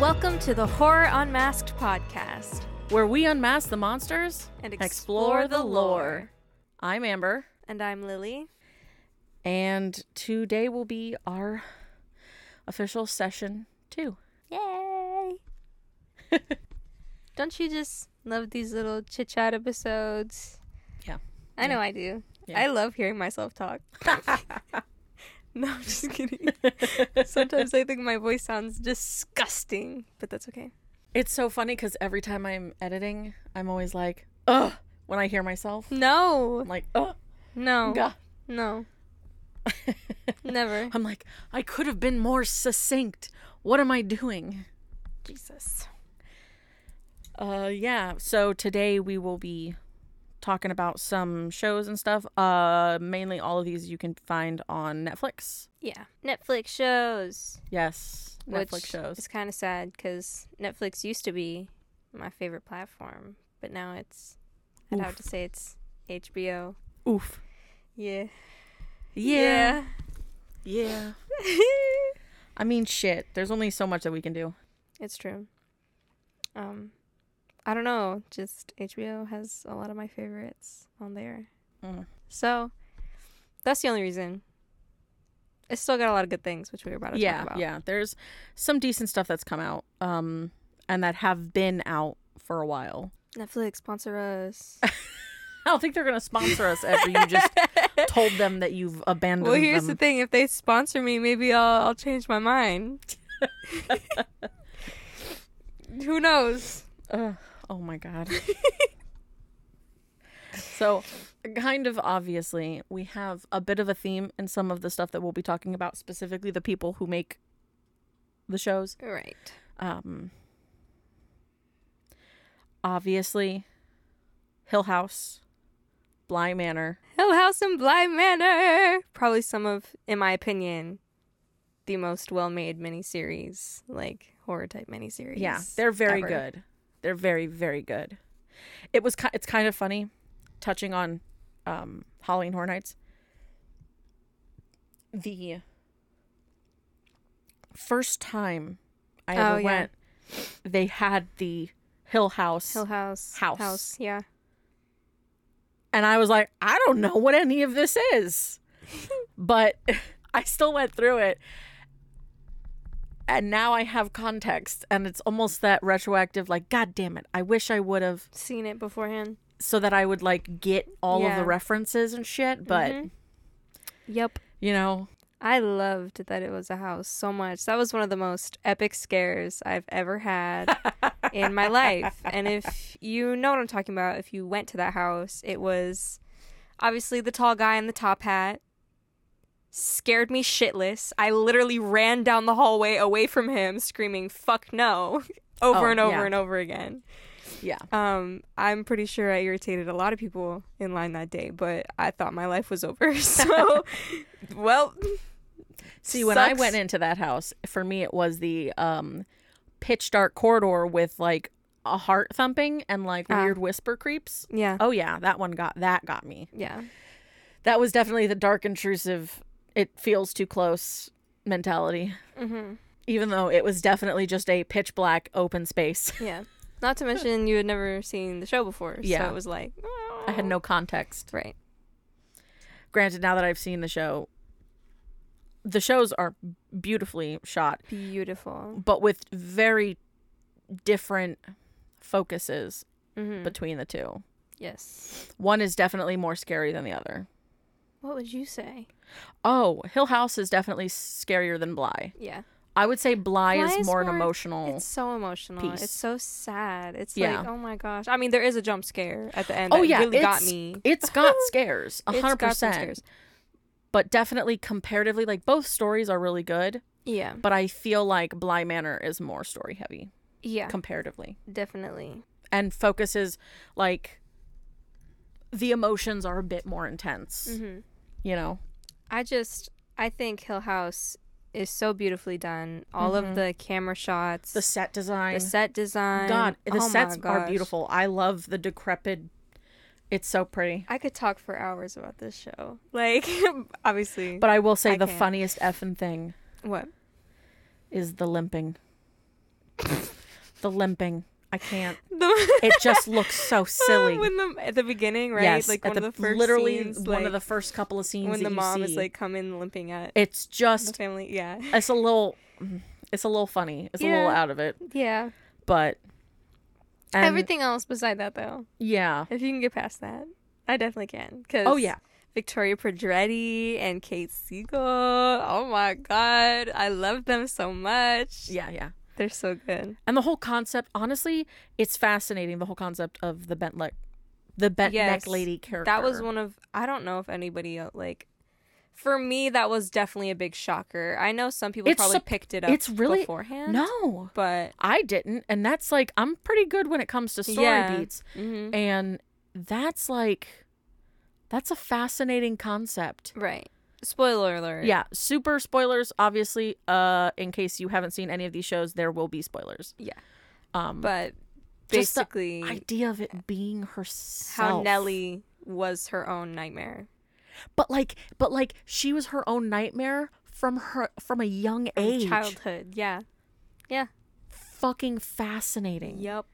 Welcome to the Horror Unmasked podcast where we unmask the monsters and explore the lore. I'm Amber, And I'm Lily. and today will be our official session two. Yay! Don't you just love these little chit chat episodes? Yeah. I know I do. Yeah. I love hearing myself talk. no, I'm just kidding. Sometimes I think my voice sounds disgusting, but that's okay. It's so funny because every time I'm editing, I'm always like, ugh, when I hear myself. No, I'm like, ugh, no, God. no, never. I'm like, I could have been more succinct. What am I doing? Jesus. Uh, yeah. So today we will be talking about some shows and stuff. Uh, mainly all of these you can find on Netflix. Yeah. Netflix shows. Yes, Netflix which shows. It's kind of sad because Netflix used to be my favorite platform, but now it's. I'd have to say it's HBO. Oof. Yeah. Yeah. Yeah. I mean, shit. There's only so much that we can do. it's true. Um, I don't know. Just HBO has a lot of my favorites on there, Mm. so that's the only reason. It's still got a lot of good things, which we were about to Yeah, talk about. yeah. There's some decent stuff that's come out, um, and that have been out for a while. Netflix sponsor us. I don't think they're gonna sponsor us after you just told them that you've abandoned well, here's the them. thing: if they sponsor me, maybe I'll, I'll change my mind. Who knows? Ugh. oh my god. so, kind of obviously, we have a bit of a theme in some of the stuff that we'll be talking about, specifically the people who make the shows. Right. um obviously hill house bly manor Hill House and Bly Manor, probably some of, in my opinion, the most well-made miniseries, like horror type miniseries. yeah they're very ever. good they're very very good it was ki- it's kind of funny touching on um halloween horror nights the first time i ever Oh, yeah. went they had the hill house Hill House. House. House. Yeah. and I was like, I don't know what any of this is. but I still went through it. And now I have context and it's almost that retroactive like god damn it. I wish I would have Seen it beforehand. so that I would like get all of Yeah. the references and shit, but Mhm. Yep. you know, I loved that it was a house so much. That was one of the most epic scares I've ever had in my life. And if you know what I'm talking about, if you went to that house, it was obviously the tall guy in the top hat scared me shitless. I literally ran down the hallway away from him screaming fuck no over Oh, and over yeah. and over again. yeah. Um I'm pretty sure I irritated a lot of people in line that day, but I thought my life was over. So well, See, when I Sucks. went into that house, for me it was the um pitch dark corridor with like a heart thumping and like Ah. weird whisper creeps. yeah. Oh yeah, that one got that got me. Yeah. that was definitely the dark intrusive it feels too close mentality hmm even though it was definitely just a pitch black open space Yeah. Not to mention you had never seen the show before, Yeah. so it was like i had no context right. granted now that i've seen the show the shows are beautifully shot Beautiful. but with very different focuses hmm between the two yes. one is definitely more scary than the other What would you say? oh hill house is definitely scarier than bly Yeah. i would say bly, Bly is, is more an more- emotional It's so emotional. Peace. It's so sad. It's Yeah. like, oh my gosh. I mean, there is a jump scare at the end. Oh that yeah, really got it's- me. It's got scares, a It's hundred got some percent. scares. But definitely comparatively, like both stories are really good. Yeah. But I feel like Bly Manor is more story heavy Yeah. comparatively, definitely. and focuses like the emotions are a bit more intense. Mm-hmm. You know, I just I think Hill House is so beautifully done. All of the camera shots, the set design. Mm-hmm. the set design. God, the Oh my sets are gosh. beautiful. I love the decrepit. It's so pretty. I could talk for hours about this show. Like, obviously. But I will say I the can't. funniest effing thing what? is the limping. the limping. I can't. The- It just looks so silly. when the at the beginning, right? Yes, like at one of the first literally scenes, one like, of the first couple of scenes when that the you mom see. is like coming limping at it's the just family. Yeah, it's a little it's a little funny. It's a little Yeah. out of it, yeah. but and- Everything else beside that, though, Yeah. if you can get past that, I definitely can. Cause Oh yeah. Victoria Pedretti and Kate Siegel. Oh my god, I love them so much. Yeah, yeah. They're so good. And the whole concept, honestly, it's fascinating. The whole concept of the bent like the bent Yes, neck lady character. That was one of I don't know if anybody else, like for me that was definitely a big shocker. I know some people It's probably sup- picked it up it's really- beforehand. No, But I didn't, and that's like I'm pretty good when it comes to story Yeah. beats, mhm, and that's like that's a fascinating concept. right. Spoiler alert. Yeah, super spoilers. Obviously, uh, in case you haven't seen any of these shows, there will be spoilers. Yeah. um, but But Just the basically idea of it being herself, how Nellie was her own nightmare. but like, but like, she was her own nightmare from her from a young from age. Childhood. Yeah. fucking fascinating. Yep.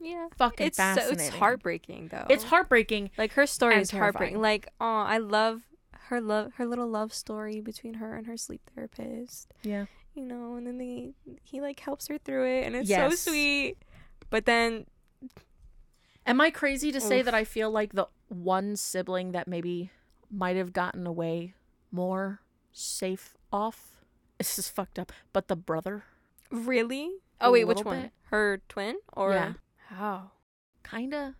Yeah. Fucking it's So, fascinating. it's heartbreaking though. It's heartbreaking. Like her story and is heartbreaking. terrifying. Like, oh, I love her love her little love story between her and her sleep therapist. Yeah. You know, and then they he like helps her through it and it's Yes. so sweet. But then Am I crazy to say Oof. that I feel like the one sibling that maybe might have gotten away more safe off? This is fucked up. But the brother, really? A Oh wait, which little one? bit. Her twin or Yeah. Oh. kinda,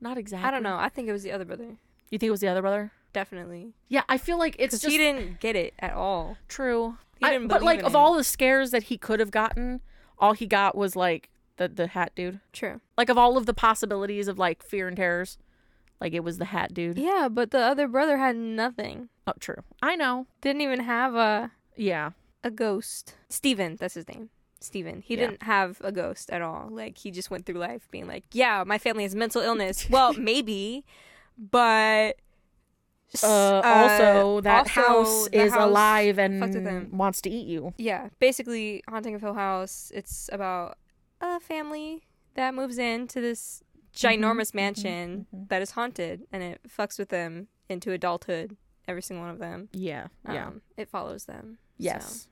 not exactly. I don't know. I think it was the other brother. You think it was the other brother? Definitely. Yeah, I feel like it's Cuz just he didn't get it at all. true. He I- didn't but believe like in of it. all the scares that he could have gotten, all he got was like the the hat dude. True. Like of all of the possibilities of like fear and terrors, like it was the hat dude. Yeah, but the other brother had nothing. Oh, true. I know. Didn't even have a Yeah. a ghost. Steven, that's his name. Steven. He Yeah. didn't have a ghost at all. Like he just went through life being like, Yeah, my family has mental illness. well, maybe, but s- Uh, also, uh, that also, house the is house- alive fucked with him. and wants to eat you. Yeah. Basically Haunting of Hill House, it's about a family that moves into this Mm-hmm. ginormous mansion that is haunted and it fucks with them into adulthood, every single one of them. Yeah, yeah, Um, it follows them. so. yes,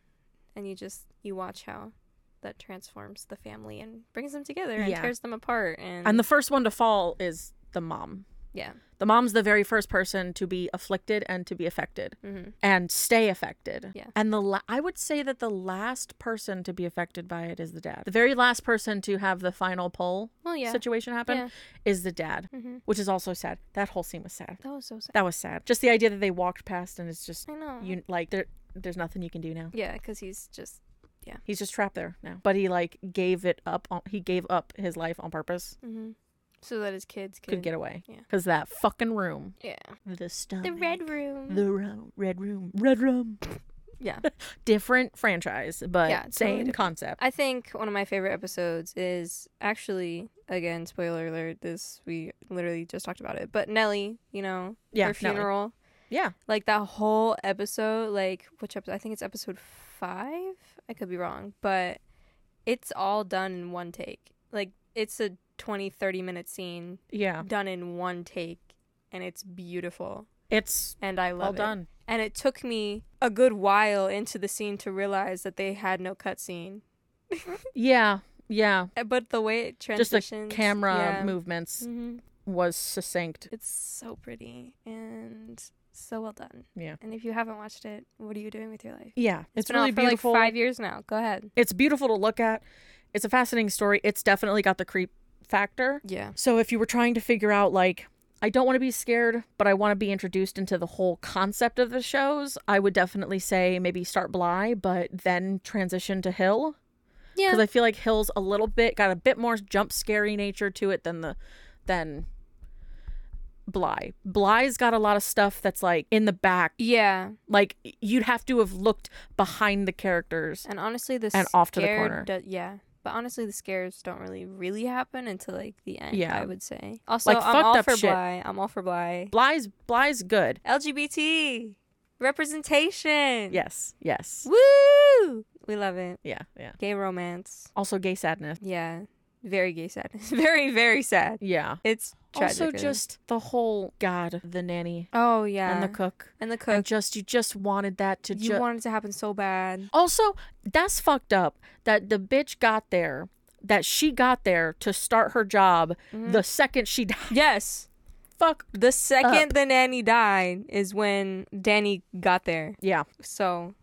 and you just you watch how that transforms the family and brings them together and Yeah. tears them apart and, and the first one to fall is the mom. yeah The mom's the very first person to be afflicted and to be affected hmm and stay affected. Yeah. And the la- I would say that the last person to be affected by it is the dad. The very last person to have the final pull well yeah situation happen Yeah. is the dad, hmm which is also sad. That whole scene was sad. that was so sad That was sad. Just the idea that they walked past and it's just i know you like there there's nothing you can do now. yeah because he's just He's just trapped there now. But he like gave it up. On, he gave up his life on purpose. hmm so that his kids could, Could get away. Mm. Yeah. Cause that fucking room. yeah The stuff. the red room The ro- red room. Red room. yeah Different franchise, but Yeah, totally same different. concept. i think one of my favorite episodes is actually again spoiler alert this we literally just talked about it but nellie you know Yeah, her Nellie. funeral Yeah. like that whole episode like which episode i think it's episode five i could be wrong but it's all done in one take like it's a 20 30 minute scene Yeah. done in one take and it's beautiful It's and i love well it done. and it took me a good while into the scene to realize that they had no cutscene Yeah. Yeah. Uh, but the way it Just transitions the camera yeah. movements Mhm. was succinct. it's so pretty and so well done Yeah. and if you haven't watched it what are you doing with your life Yeah. It's, been really out for beautiful. Like five years now. Go ahead. it's beautiful to look at. It's a fascinating story. It's definitely got the creep factor. Yeah. So if you were trying to figure out like I don't want to be scared, but I want to be introduced into the whole concept of the shows, I would definitely say maybe start Bly, but then transition to Hill Yeah. because I feel like Hill's a little bit got a bit more jump scary nature to it than the than Bly. Bly's got a lot of stuff that's like in the back. yeah. Like you'd have to have looked behind the characters. And honestly, the And off to the scare corner. do- yeah. But honestly, the scares don't really, really happen until like the end. Yeah. I would say. Also, Like, I'm fucked all up for shit. Bly. I'm all for Bly. Bly's Bly's good. LGBT representation. Yes. Yes. Woo! We love it. Yeah, yeah. Gay romance. Also gay sadness. Yeah. Very gay sadness. very, very sad. Yeah. It's tragic. Also really. just the whole god, the nanny Oh yeah. and the cook. And the cook. And just you just wanted that to you just wanted to happen so bad. Also, that's fucked up that the bitch got there, that she got there to start her job Mm-hmm. the second she died. Yes. Fuck. The second the nanny died is when Danny got there. Yeah. So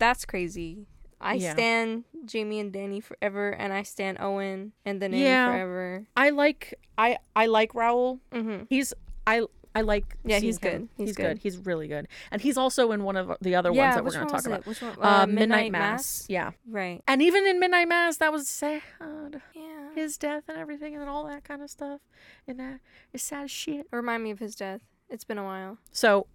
that's crazy. I Yeah. stand Jamie and Danny forever, and I stand Owen and the nanny Yeah. forever. I like I I like Raul. Mm-hmm. He's I I like Yeah, seeing he's him. good. He's He's, good. good. He's really good. And he's also in one of the other yeah, ones that we're which going one to was talk about. it? Which one? Uh, Midnight Mass. Yeah. Right. And even in Midnight Mass, that was sad. Yeah. His death and everything and all that kind of stuff. And that is sad as shit. Remind me of his death. It's been a while. So,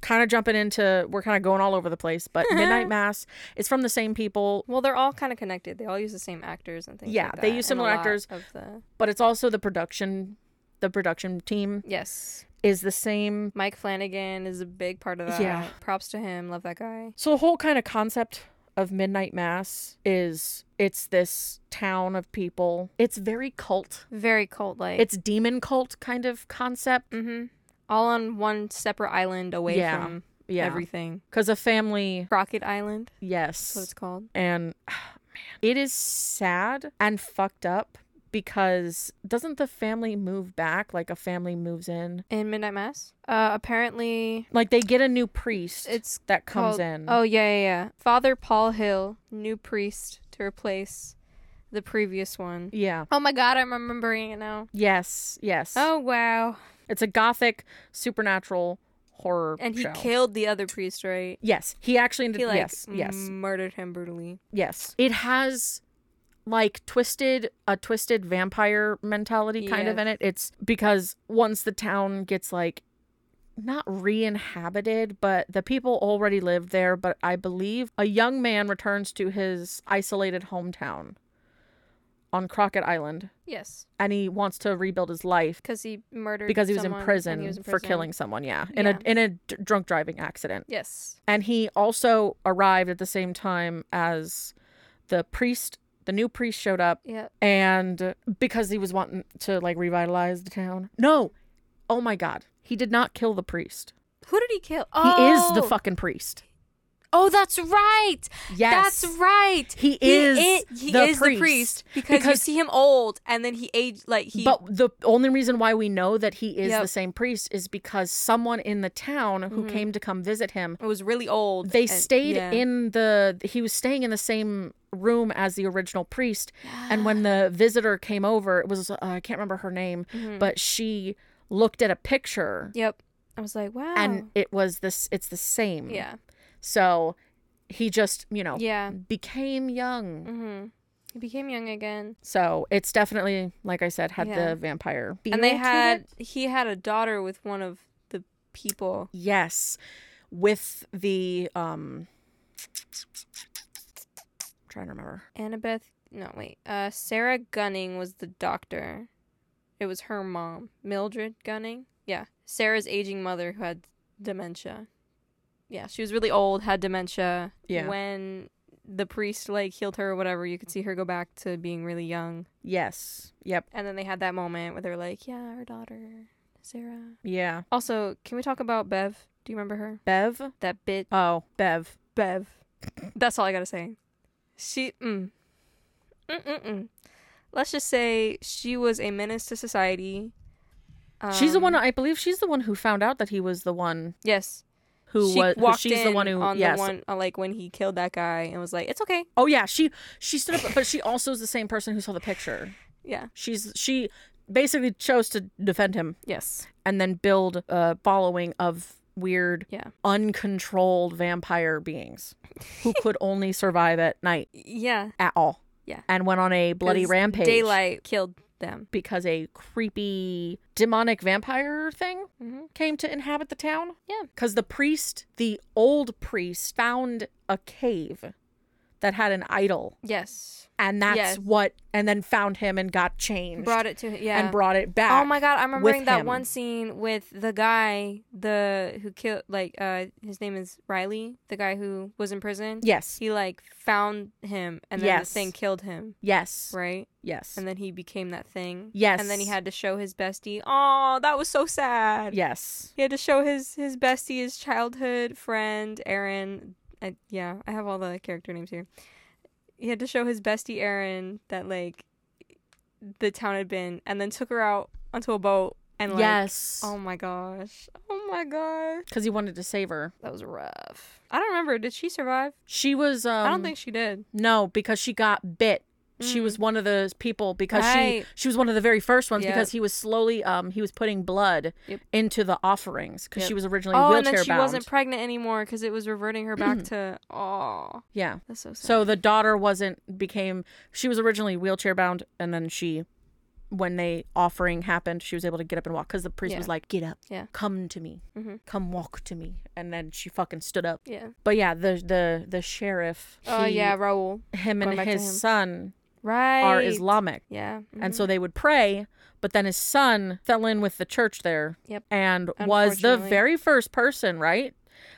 kind of jumping into, we're kind of going all over the place, but Midnight Mass is from the same people, Well, they're all kind of connected. They all use the same actors and things. Yeah, like they that, use and a similar lot actors. Of the but it's also the production. The production team yes, is the same. Mike Flanagan is a big part of that. Yeah. props to him. Love that guy. So, the whole kind of concept of Midnight Mass is it's this town of people. It's very cult. Very cult like. It's demon cult kind of concept. mm-hmm. all on one separate island away Yeah. from Yeah. everything. Because a family, Crockett Island. That's what yes. it's called. And man, it is sad and fucked up because doesn't the family move back? Like a family moves in, In Midnight Mass. Uh, apparently, like they get a new priest it's that comes called- in. Oh yeah, yeah, yeah. Father Paul Hill, new priest to replace the previous one. yeah. Oh my God, I'm remembering it now. Yes, yes. Oh wow. It's a gothic supernatural horror And he show. killed the other priest, right? yes, he actually ended He like yes, yes, murdered him brutally. yes. It has like twisted a twisted vampire mentality kind of Yes. in it. It's because once the town gets like not re-inhabited, but the people already live there, but I believe a young man returns to his isolated hometown on Crockett Island Yes, and he wants to rebuild his life because he murdered because he was, someone in and prison he was in for prison. killing someone, yeah, in Yeah. a in a d- drunk driving accident. Yes, And he also arrived at the same time as the priest, the new priest showed up yeah. and because he was wanting to like revitalize the town. No. Oh my god. He did not kill the priest. Who did he kill? He Oh, is the fucking priest. Oh, that's right. Yes. That's right. He i- is he the is the priest. priest because, you Because- see him old and then he aged like he. But the only reason why we know that he is Yep. Mm-hmm. the same priest is because someone in the town who came to come visit him, it was really old. they and- stayed yeah. in the he was staying in the same room as the original priest. And when the visitor came over, it was uh, I can't remember her name, Mm-hmm. but she looked at a picture Yep. I was like, wow. and it was this it's the same yeah, so he just you know yeah. became young Mm-hmm. He became young again, so it's definitely like i said had Yeah. the vampire and they feel to had it. he had a daughter with one of the people. yes with the um trying to remember Annabeth. No, wait. Uh, Sarah Gunning was the doctor. It was her mom, Mildred Gunning. Yeah, Sarah's aging mother who had dementia. Yeah, she was really old, had dementia. Yeah. When the priest like healed her or whatever, you could see her go back to being really young. yes yep And then they had that moment where they were like, "Yeah, her daughter, Sarah." yeah Also, can we talk about Bev? Do you remember her? bev That bit oh bev Bev. That's all I gotta say. She, mm. Mm-mm-mm. Let's just say she was a menace to society. she's the Um, one i believe she's the one who found out that he was the one Yes, who she was who- walked she's the in one who on yes the one on, like when he killed that guy and was like, "It's okay." oh yeah she she stood up but she also is the same person who saw the picture Yeah. She's she basically chose to defend him Yes. and then build a following of weird, Yeah. uncontrolled vampire beings who could only survive at night Yeah. at all. Yeah. And went on a bloody 'Cause rampage. Daylight killed them. Because a creepy demonic vampire thing Mhm. came to inhabit the town. Yeah. Because the priest, the old priest, found a cave that had an idol, Yes. and that's Yes. what, and then found him and got changed Brought it to him. Yeah. and brought it back. Oh my god, I'm remembering that him. one scene with the guy the who killed like uh his name is Riley, the guy who was in prison. Yes, He like found him and then Yes. the thing killed him, yes, right? yes, And then he became that thing. Yes. And then he had to show his bestie. Oh, that was so sad. yes. He had to show his his bestie, his childhood friend, Aaron. I, yeah, I have all the character names here. He had to show his bestie Aaron that like the town had been, and then took her out onto a boat and like. yes, Oh my gosh! Oh my gosh! because he wanted to save her. That was rough. I don't remember. Did she survive? She was. Um, I don't think she did. No, because she got bit. She was one of those people because Right. she she was one of the very first ones Yep. because he was slowly um he was putting blood Yep. into the offerings because Yep. she was originally Oh, wheelchair and then she bound. wasn't pregnant anymore because it was reverting her back to. Oh, yeah. that's so sad. So the daughter wasn't became she was originally wheelchair bound and then she when they offering happened she was able to get up and walk because the priest Yeah. was like get up Yeah. come to me Mhm. come walk to me and then she fucking stood up yeah. but yeah the the the sheriff Oh he- yeah, Raul. him Going and back to his him. son Right. Mm-hmm. are Islamic Yeah. mm, and so they would pray but then his son fell in with the church there Yep. and was the Unfortunately. very first person right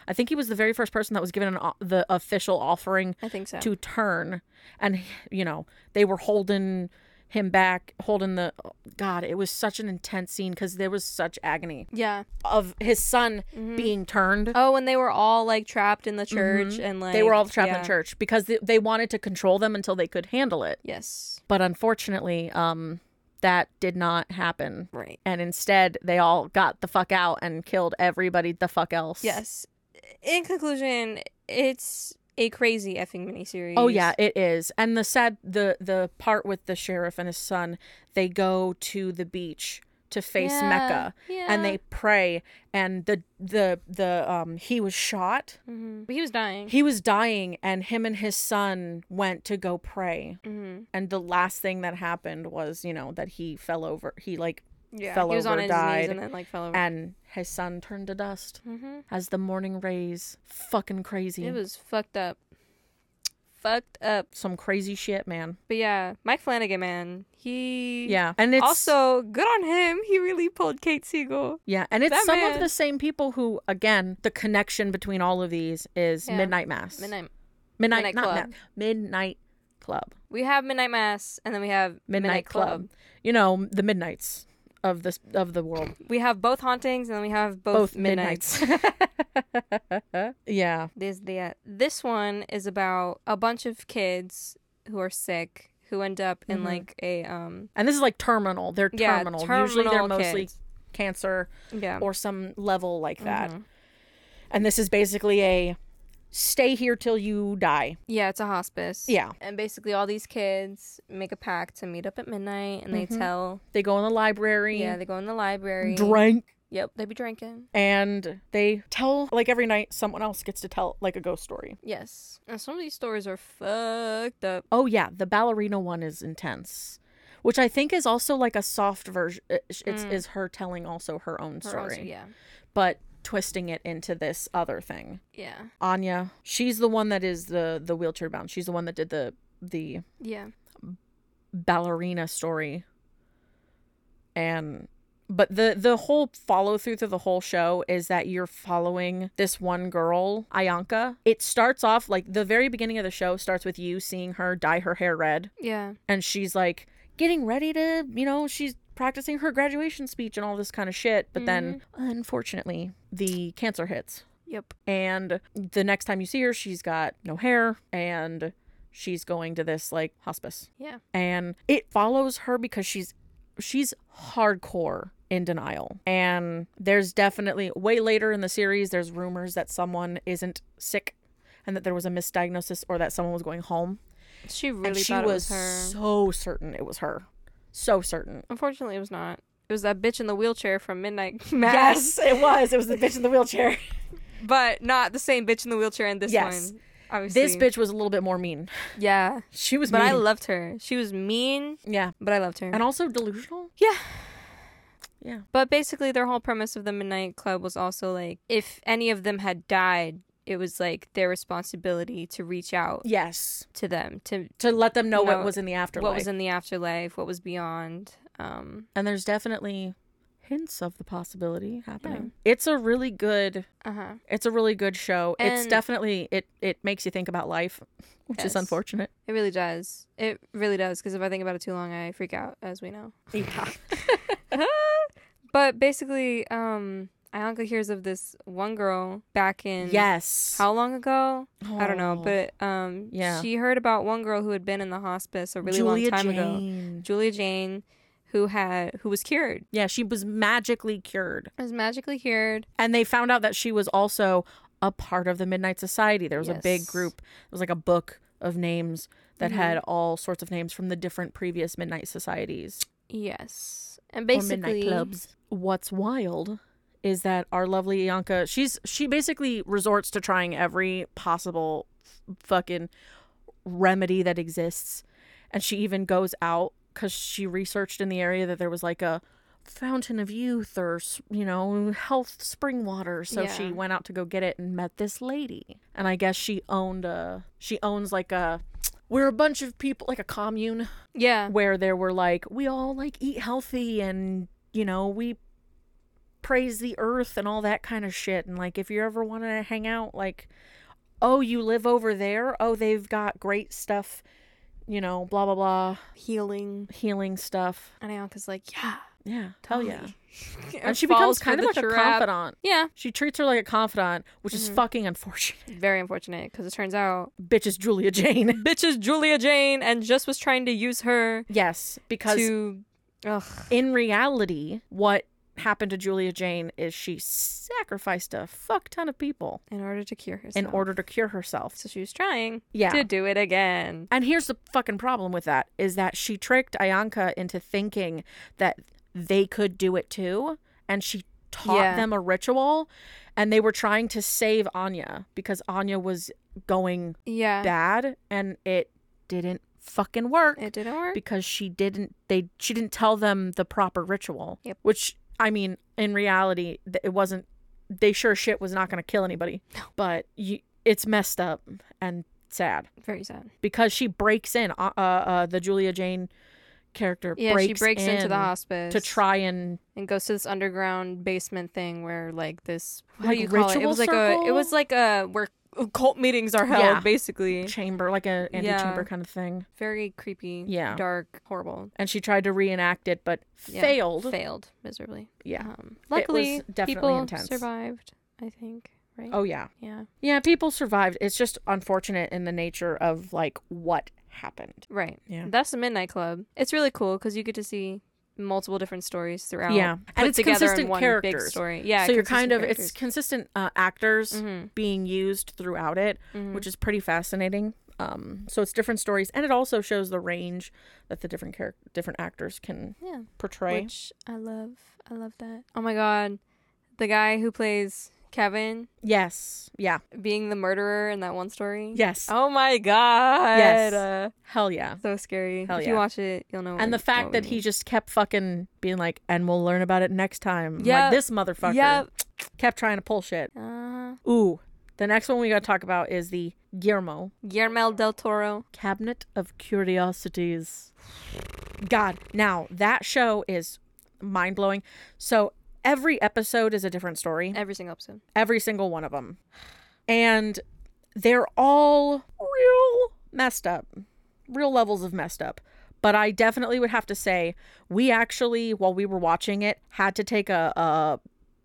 i think he was the very first person that was given an, o- the official offering I think so. to turn and you know they were holding him back holding the god it was such an intense scene because there was such agony yeah. of his son being turned Oh, and they were all like trapped in the church and like Mm-hmm. they were all trapped in yeah. the church because they, they wanted to control them until they could handle it Yes. but unfortunately um that did not happen Right. and instead they all got the fuck out and killed everybody the fuck else Yes. In conclusion, it's a crazy effing miniseries. Oh yeah, it is. And the sad the the part with the sheriff and his son, they go to the beach to face Yeah, Mecca and yeah. they pray and the the the um he was shot. Mhm. But He was dying. He was dying and him and his son went to go pray. hmm And the last thing that happened was, you know, that he fell over. He like Yeah. Fell he was on over, his knees died, and then like fell over. and his son turned to dust hmm as the morning rays. Fucking crazy. It was fucked up. Fucked up. Some crazy shit, man. But yeah, Mike Flanagan, man, he Yeah. And it's also good on him. He really pulled Kate Siegel. Yeah, and it's That some man- of the same people who, again, the connection between all of these is Yeah. Midnight Mass, Midnight. Midnight, Midnight not Club. Ma- Midnight Club, We have Midnight Mass, and then we have Midnight, Club. You know, the Midnights of this of the world, We have both hauntings, and then we have both, both, midnights. Midnights. yeah, There's the this one is about a bunch of kids who are sick who end up in Mhm. like a um and this is like terminal. They're yeah terminal. terminal Usually, they're mostly kids. Um, cancer yeah or some level like that. Mhm. And this is basically a stay here till you die. yeah it's a hospice Yeah. and basically all these kids make a pact to meet up at midnight and Mm-hmm. they tell They go in the library, yeah they go in the library drink, yep they be drinking and they tell like every night someone else gets to tell like a ghost story. yes and some of these stories are fucked up Oh yeah, the ballerina one is intense, which I think is also like a soft version. It's is her telling also Mm. her own Or story, also- yeah but twisting it into this other thing. yeah Anya, she's the one that is the the wheelchair bound. She's the one that did the the yeah ballerina story. And but the the whole follow through through the whole show is that you're following this one girl, Ayanka. It starts off like the very beginning of the show starts with you seeing her dye her hair red yeah and she's like getting ready to, you know, she's practicing her graduation speech and all this kind of shit, but then unfortunately, the cancer hits. yep And the next time you see her, she's got no hair and she's going to this like hospice yeah and it follows her because she's she's hardcore in denial and there's definitely way later in the series there's rumors that someone isn't sick and that there was a misdiagnosis or that someone was going home she really and she thought was, it was her so certain it was her so certain Unfortunately, it was not. It was that bitch in the wheelchair from Midnight Mass, it was it was the bitch in the wheelchair but not the same bitch in the wheelchair in this Yes. one. Obviously, this bitch was a little bit more mean Yeah, she was but I mean. loved her. She was mean, yeah but I loved her. and also delusional yeah. Yeah. But basically, their whole premise of the Midnight Club was also like if any of them had died, it was like their responsibility to reach out Yes. to them to To let them know what No, was in the afterlife. what was in the afterlife, what was beyond. Um, and there's definitely hints of the possibility happening. It's a really good uh huh. it's a really good show. it's And- definitely it it makes you think about life, which Yes. is unfortunate. It really does. It really does because if I think about it too long, I freak out, as we know. Yeah. But basically, um, Ianka hears of this one girl back in yes. how long ago? I don't know, Oh. but um, Yeah. she heard about one girl who had been in the hospice a really long Julia time ago, Jayne. Julia Jane, who had who was cured, Yeah, she was magically cured. was magically cured. And they found out that she was also a part of the Midnight Society. There was a big Yes. group. It was like a book of names that Mhm. had all sorts of names from the different previous Midnight Societies Yes, and or midnight basically, clubs. What's wild is that our lovely Ianka, she's she basically resorts to trying every possible f- fucking remedy that exists, and she even goes out because she researched in the area that there was like a fountain of youth or s- you know health spring water so she Yeah. went out to go get it and met this lady and i guess she owned a she owns like a we're a bunch of people like a commune yeah, where there were like we all like eat healthy and you know we praise the earth and all that kind of shit and like if you ever want to hang out like oh you live over there oh they've got great stuff you know blah blah blah healing. healing stuff And Ianka's like, yeah, yeah hell yeah totally." and she falls becomes for kind of the like a trap. confidant Yeah, she treats her like a confidant which is Mhm. fucking unfortunate very unfortunate because it turns out bitch is julia jane bitch is Julia Jane and just was trying to use her yes because to. Ugh. in reality, what happened to Julia Jane is she sacrificed a fuck ton of people In order to cure herself. in order to cure herself. So she was trying Yeah. to do it again. and here's the fucking problem with that is that she tricked Ianka into thinking that they could do it too, and she taught Yeah. them a ritual, and they were trying to save Anya because Anya was going Yeah. bad, and it didn't fucking work. It didn't work. because she didn't they she didn't tell them the proper ritual Yep. which i mean in reality th- it wasn't they sure shit was not going to kill anybody no. but you, it's messed up and sad Very sad. because she breaks in uh, uh, uh the julia jane character Yeah, breaks she breaks in into the hospice to try and and goes to this underground basement thing where like this what Like, do you call it? It ritual was like a it circle? was like a where cult meetings are held Yeah. basically. chamber like a Yeah. antechamber kind of thing Very creepy. Yeah. Dark. Horrible. and she tried to reenact it but Yeah, failed Failed miserably. yeah Um, luckily, definitely people intense. survived. I think. Right. oh yeah Yeah. yeah people survived it's just unfortunate in the nature of like what happened Right. Yeah. That's the Midnight Club. It's really cool because you get to see multiple different stories throughout. Yeah. put And it's together in consistent one characters. Big story. Yeah. so you're kind of it's consistent Mm-hmm. consistent uh, actors characters. being used throughout it Mhm, mhm. which is pretty fascinating um, so it's different stories and it also shows the range that the different character different actors can yeah, portray which I love. I love that. Oh my god, the guy who plays Kevin yes yeah being the murderer in that one story. yes Oh my god. Yes. Uh, hell yeah so scary. Hell if you yeah. watch it, you'll know. and the what- fact what we that he mean. just kept fucking being like and we'll learn about it next time Yeah. like this motherfucker Yep. kept trying to pull shit Uh, ooh the next one we gotta talk about is the guillermo Guillermo del Toro. Cabinet of Curiosities. God, now that show is mind blowing. So every episode is a different story, Every single episode. every single one of them. And they're all real messed up, real levels of messed up. But I definitely would have to say, we actually, while we were watching it, had to take a, a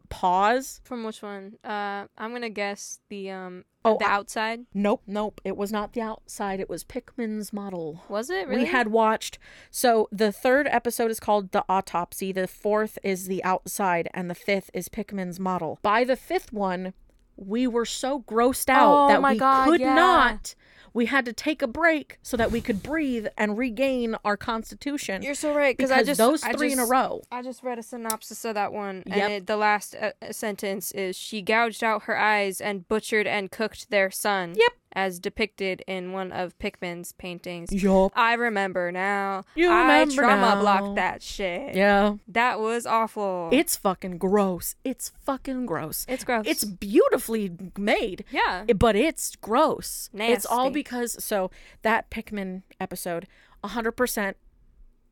pause. From which one? Uh, I'm gonna guess the um Oh, the I- outside. nope, nope. It was not the outside, it was Pikmin's model. Was it really? we had watched so the third episode is called the autopsy the fourth is the outside and the fifth is pikmin's model by the fifth one we were so grossed out Oh that my we God, could yeah. not we had to take a break so that we could breathe and regain our constitution You're so right because I just those I three in a just- row I just read a synopsis of that one, Yep. and it, the uh, last uh, sentence is she gouged out her eyes and butchered and cooked their son. Yep. as depicted in one of Pickman's paintings. Yup. I remember now. You I remember trauma now. blocked that shit. Yeah. That was awful. It's fucking gross. It's fucking gross. it's gross. It's beautifully made, yeah. but it's gross. It's all Nasty. because so that Pikmin episode, 100%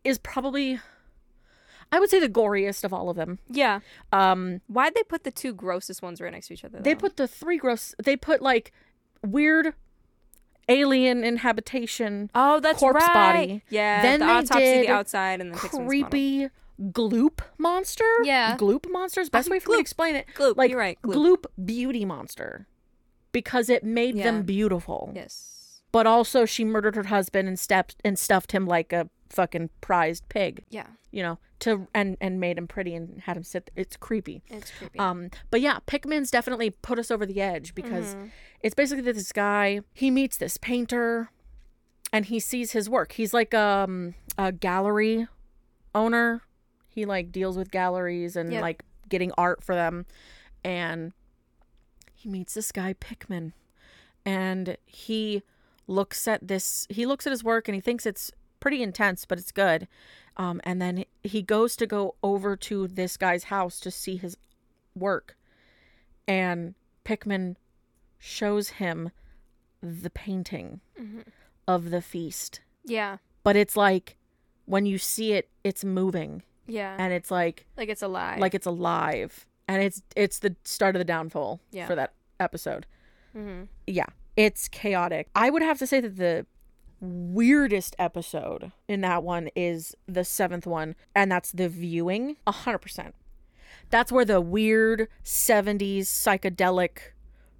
is probably I would say the goriest of all of them. yeah. Um Why'd they put the two grossest ones right next to each other? they though? put the three gross they put like weird alien inhabitation oh that's corpse right. body. Yeah. Then the they autopsy, did the outside, and the Pixman's model. creepy gloop monster. Yeah. Gloop monsters. Best way for me gloop. to explain it. Gloop. Like You're right. Gloop. gloop beauty monster. Because it made Yeah. them beautiful. Yes. But also she murdered her husband and stepped and stuffed him like a fucking prized pig, Yeah. you know, to and and made him pretty and had him sit there. It's creepy. It's creepy. Um but yeah, Pikmin's definitely put us over the edge because it's basically that this guy, he meets this painter and he sees his work. He's like um a gallery owner. He like deals with galleries and Yep. like getting art for them. And he meets this guy Pickman and he looks at this he looks at his work and he thinks it's pretty intense but it's good. Um and then he goes to go over to this guy's house to see his work. And Pickman shows him the painting Mhm. of the feast. yeah. But it's like when you see it, it's moving Yeah. and it's like like it's a lie. like it's alive. And it's it's the start of the downfall Yeah. for that episode. Mhm. Yeah. It's chaotic. I would have to say that the weirdest episode in that one is the seventh one, and that's the viewing. A hundred percent. That's where the weird seventies psychedelic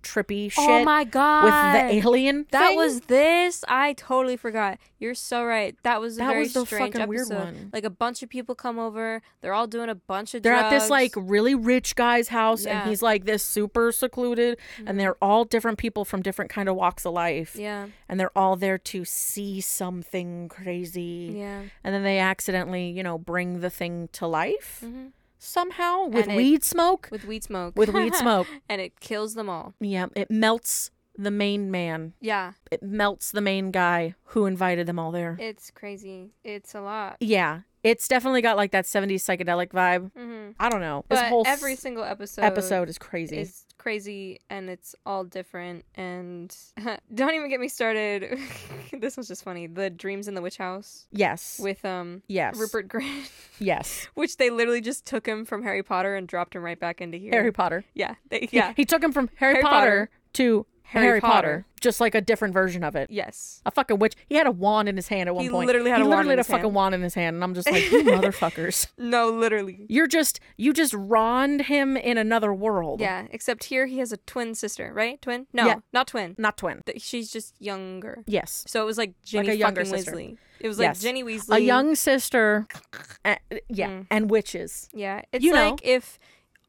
trippy shit Oh my god. with the alien. That thing. was this. I totally forgot. You're so right. That was a That very was the strange fucking weird episode. one. Like a bunch of people come over. They're all doing a bunch of. they're drugs. at this like really rich guy's house Yeah. Mm-hmm. and he's like this super secluded and they're all different people from different kind of walks of life Yeah. and they're all there to see something crazy Yeah. and then they accidentally you know bring the thing to life Mhm. somehow with And it- weed smoke With weed smoke. with weed smoke and it kills them all. yeah it melts the main man Yeah. it melts the main guy who invited them all there It's crazy. It's a lot. yeah it's definitely got like that 70s psychedelic vibe Mm-hmm. i don't know But this whole every s- single episode episode is crazy is crazy and it's all different and don't even get me started. this was just funny. The dreams in the witch house yes with um yes Rupert Grant. Yes. Which they literally just took him from Harry Potter and dropped him right back into here. Harry Potter. yeah, they, He- yeah, He, took him from Harry, Harry Potter, Potter. to Harry Harry, Potter. Potter. Just like a different version of it. yes. A fucking witch. He had a wand in his hand at one He point. literally had a wand literally in had his a fucking hand. wand in his hand. And I'm just like, you motherfuckers. No, literally. You're just, you just ronned him in another world. Yeah, except here he has a twin sister, right? Twin? No, Yeah. not twin. Not twin. Th- She's just younger. Yes. So it was like Jenny a younger fucking sister. Weasley. It was like Yes. Jenny Weasley. A young sister. Uh, yeah. Mm. And witches. Yeah, it's you know. like if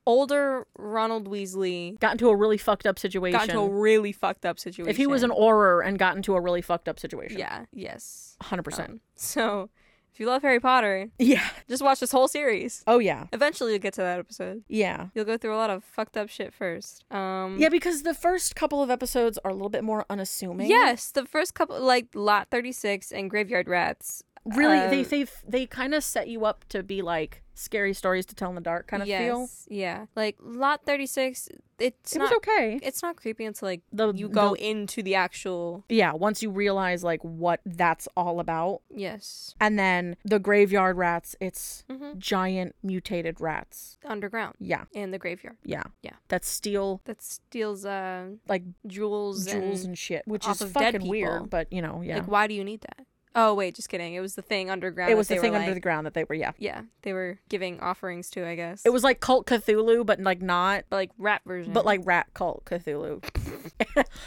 older Ronald Weasley Got into a really fucked up situation. got into a really fucked up situation. if he was an auror and got into a really fucked up situation. yeah, Oh. yes. 100%. So if you love Harry Potter, yeah. just watch this whole series. Oh, yeah. Eventually, you'll get to that episode. Yeah. You'll go through a lot of fucked up shit first. Um, Yeah, because the first couple of episodes are a little bit more unassuming. Yes, the first couple, like Lot 36 and Graveyard Rats. really, they Uh, they they kind of set you up to be like scary stories to tell in the dark kind of feel. yes, yeah. Like Lot 36, it's It not was okay. it's not creepy until like The you go the- into the actual yeah, once you realize like what that's all about, yes and then the graveyard rats, it's Mhm. giant mutated rats. underground Yeah, and the graveyard yeah, Yeah. That steal that steals uh like jewels jewels and, and shit, which off is of dead fucking people. weird. But you know, yeah, like why do you need that? Oh wait, just kidding. It was the thing underground. it that was the they were, thing under like- the ground that they were. Yeah, Yeah, they were giving offerings to. I guess it was like cult Cthulhu, but like not but, like rap version. but like rat cult Cthulhu.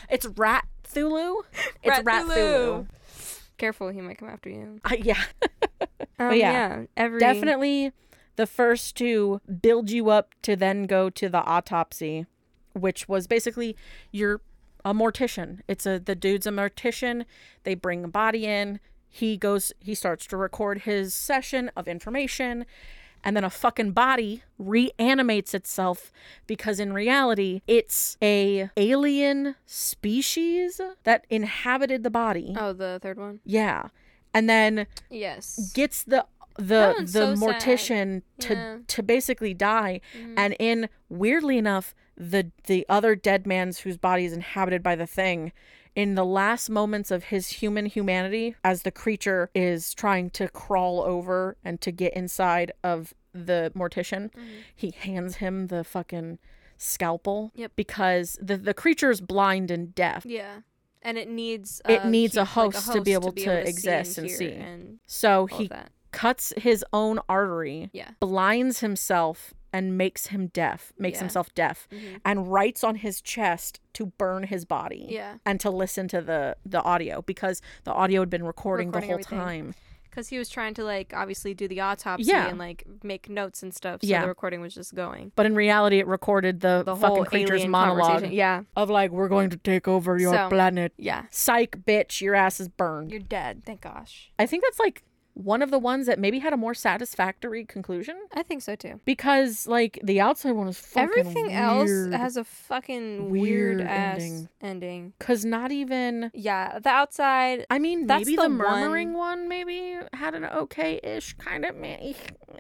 it's rat Thulu. It's rat Rat-thulu. Thulu. careful, he might come after you. Uh, yeah, Um, yeah, yeah, every definitely. The first two build you up to then go to the autopsy, which was basically you're a mortician. It's a the dude's a mortician. They bring a body in. He goes. He starts to record his session of information, and then a fucking body reanimates itself because in reality it's a alien species that inhabited the body. Oh, the third one. Yeah. And then Yes. gets the the That the one's so sad. mortician to Yeah. to basically die Mm. and in weirdly enough the the other dead man's whose body is inhabited by the thing in the last moments of his human humanity as the creature is trying to crawl over and to get inside of the mortician Mm-hmm. he hands him the fucking scalpel Yep. because the the creature is blind and deaf yeah, and it needs It needs a keep- like host to be able to see exist and hear see. and so all of he that. cuts his own artery Yeah. blinds himself and makes him deaf makes Yeah. himself deaf Mhm. and writes on his chest to burn his body Yeah, and to listen to the the audio because the audio had been recording, Recording the whole everything. time because he was trying to like obviously do the autopsy Yeah. and like make notes and stuff. So Yeah. the recording was just going. but in reality it recorded the, The fucking whole creature's alien monologue conversation. Yeah, of like we're going to take over your So- planet yeah. psych bitch your ass is burned You're dead. Thank gosh. i think that's like one of the ones that maybe had a more satisfactory conclusion I think so too. because like the outside one is fucking Everything else weird. has a fucking weird, weird ass ending. ending. cause not even Yeah, the outside. I mean, That's maybe the, the murmuring one. maybe had an okay-ish kind of meh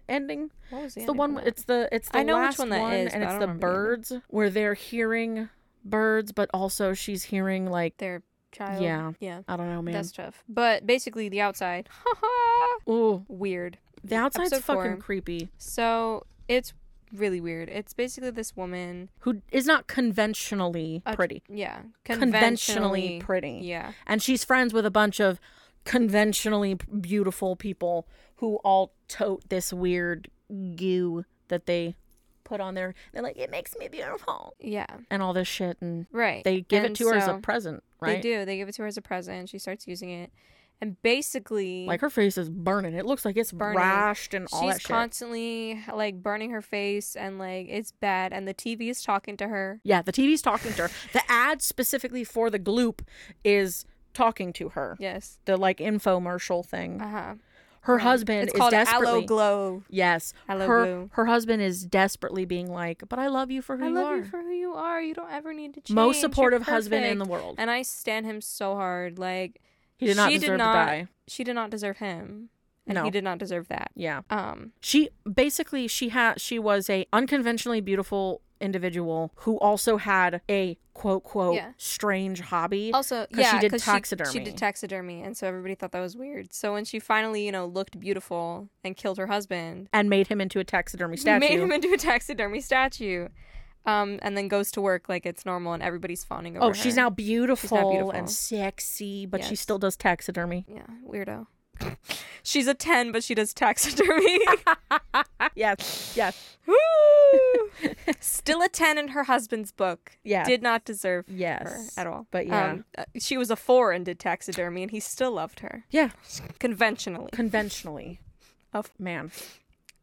ending. What was the, It's the ending one. for that? It's the it's the I know which last one that is, and but I it's don't the remember the birds where they're hearing birds, but also she's hearing like their child. Yeah. yeah, I don't know, man. that's tough. But basically, the outside. Ooh, weird. the outside's Episode fucking four. creepy. So it's really weird. It's basically this woman. Who is not conventionally a- pretty, Yeah, conventionally conventionally. pretty, Yeah, and she's friends with a bunch of conventionally beautiful people who all tote this weird goo that they put on their they're like it makes me beautiful yeah, and all this shit and right. they give it And to her as a so present They right do. They give it to her as a present. She starts using it, and basically, like her face is burning it looks like it's Burning. rashed and all she's that shit constantly like burning her face, and like it's bad. And the TV is talking to her. yeah the tv's talking to her the ad specifically for the gloop is talking to her Yes. the like infomercial thing Uh huh. her husband It's is called desperately Aloe Glow. yes Aloe her Glow. her husband is desperately being like but i love you for who I you love are you for who you are. You don't ever need to change. most You're supportive husband in the perfect. world And I stand him so hard. Like he did not she did deserve not- to die she did not deserve him, and No. he did not deserve that. yeah Um, She basically she had she was a unconventionally beautiful individual who also had a quote quote Yeah. strange hobby. Also, 'Cause she yeah, did 'cause She, taxidermy. did taxidermy, and so everybody thought that was weird. So when she finally, you know, looked beautiful and killed her husband, and made him into a taxidermy she statue. made him into a taxidermy statue, um, and then goes to work like it's normal, and everybody's fawning over oh, her. she's now, beautiful beautiful. and sexy, but she Yes. still does taxidermy. yeah, weirdo. she's a ten, but she does taxidermy. yes, yes, Woo! Still a ten in her husband's book. Yeah. did not deserve her yes. at all. But yeah. Um, uh, she was a four and did taxidermy, and he still loved her yeah, conventionally. conventionally, Of- man.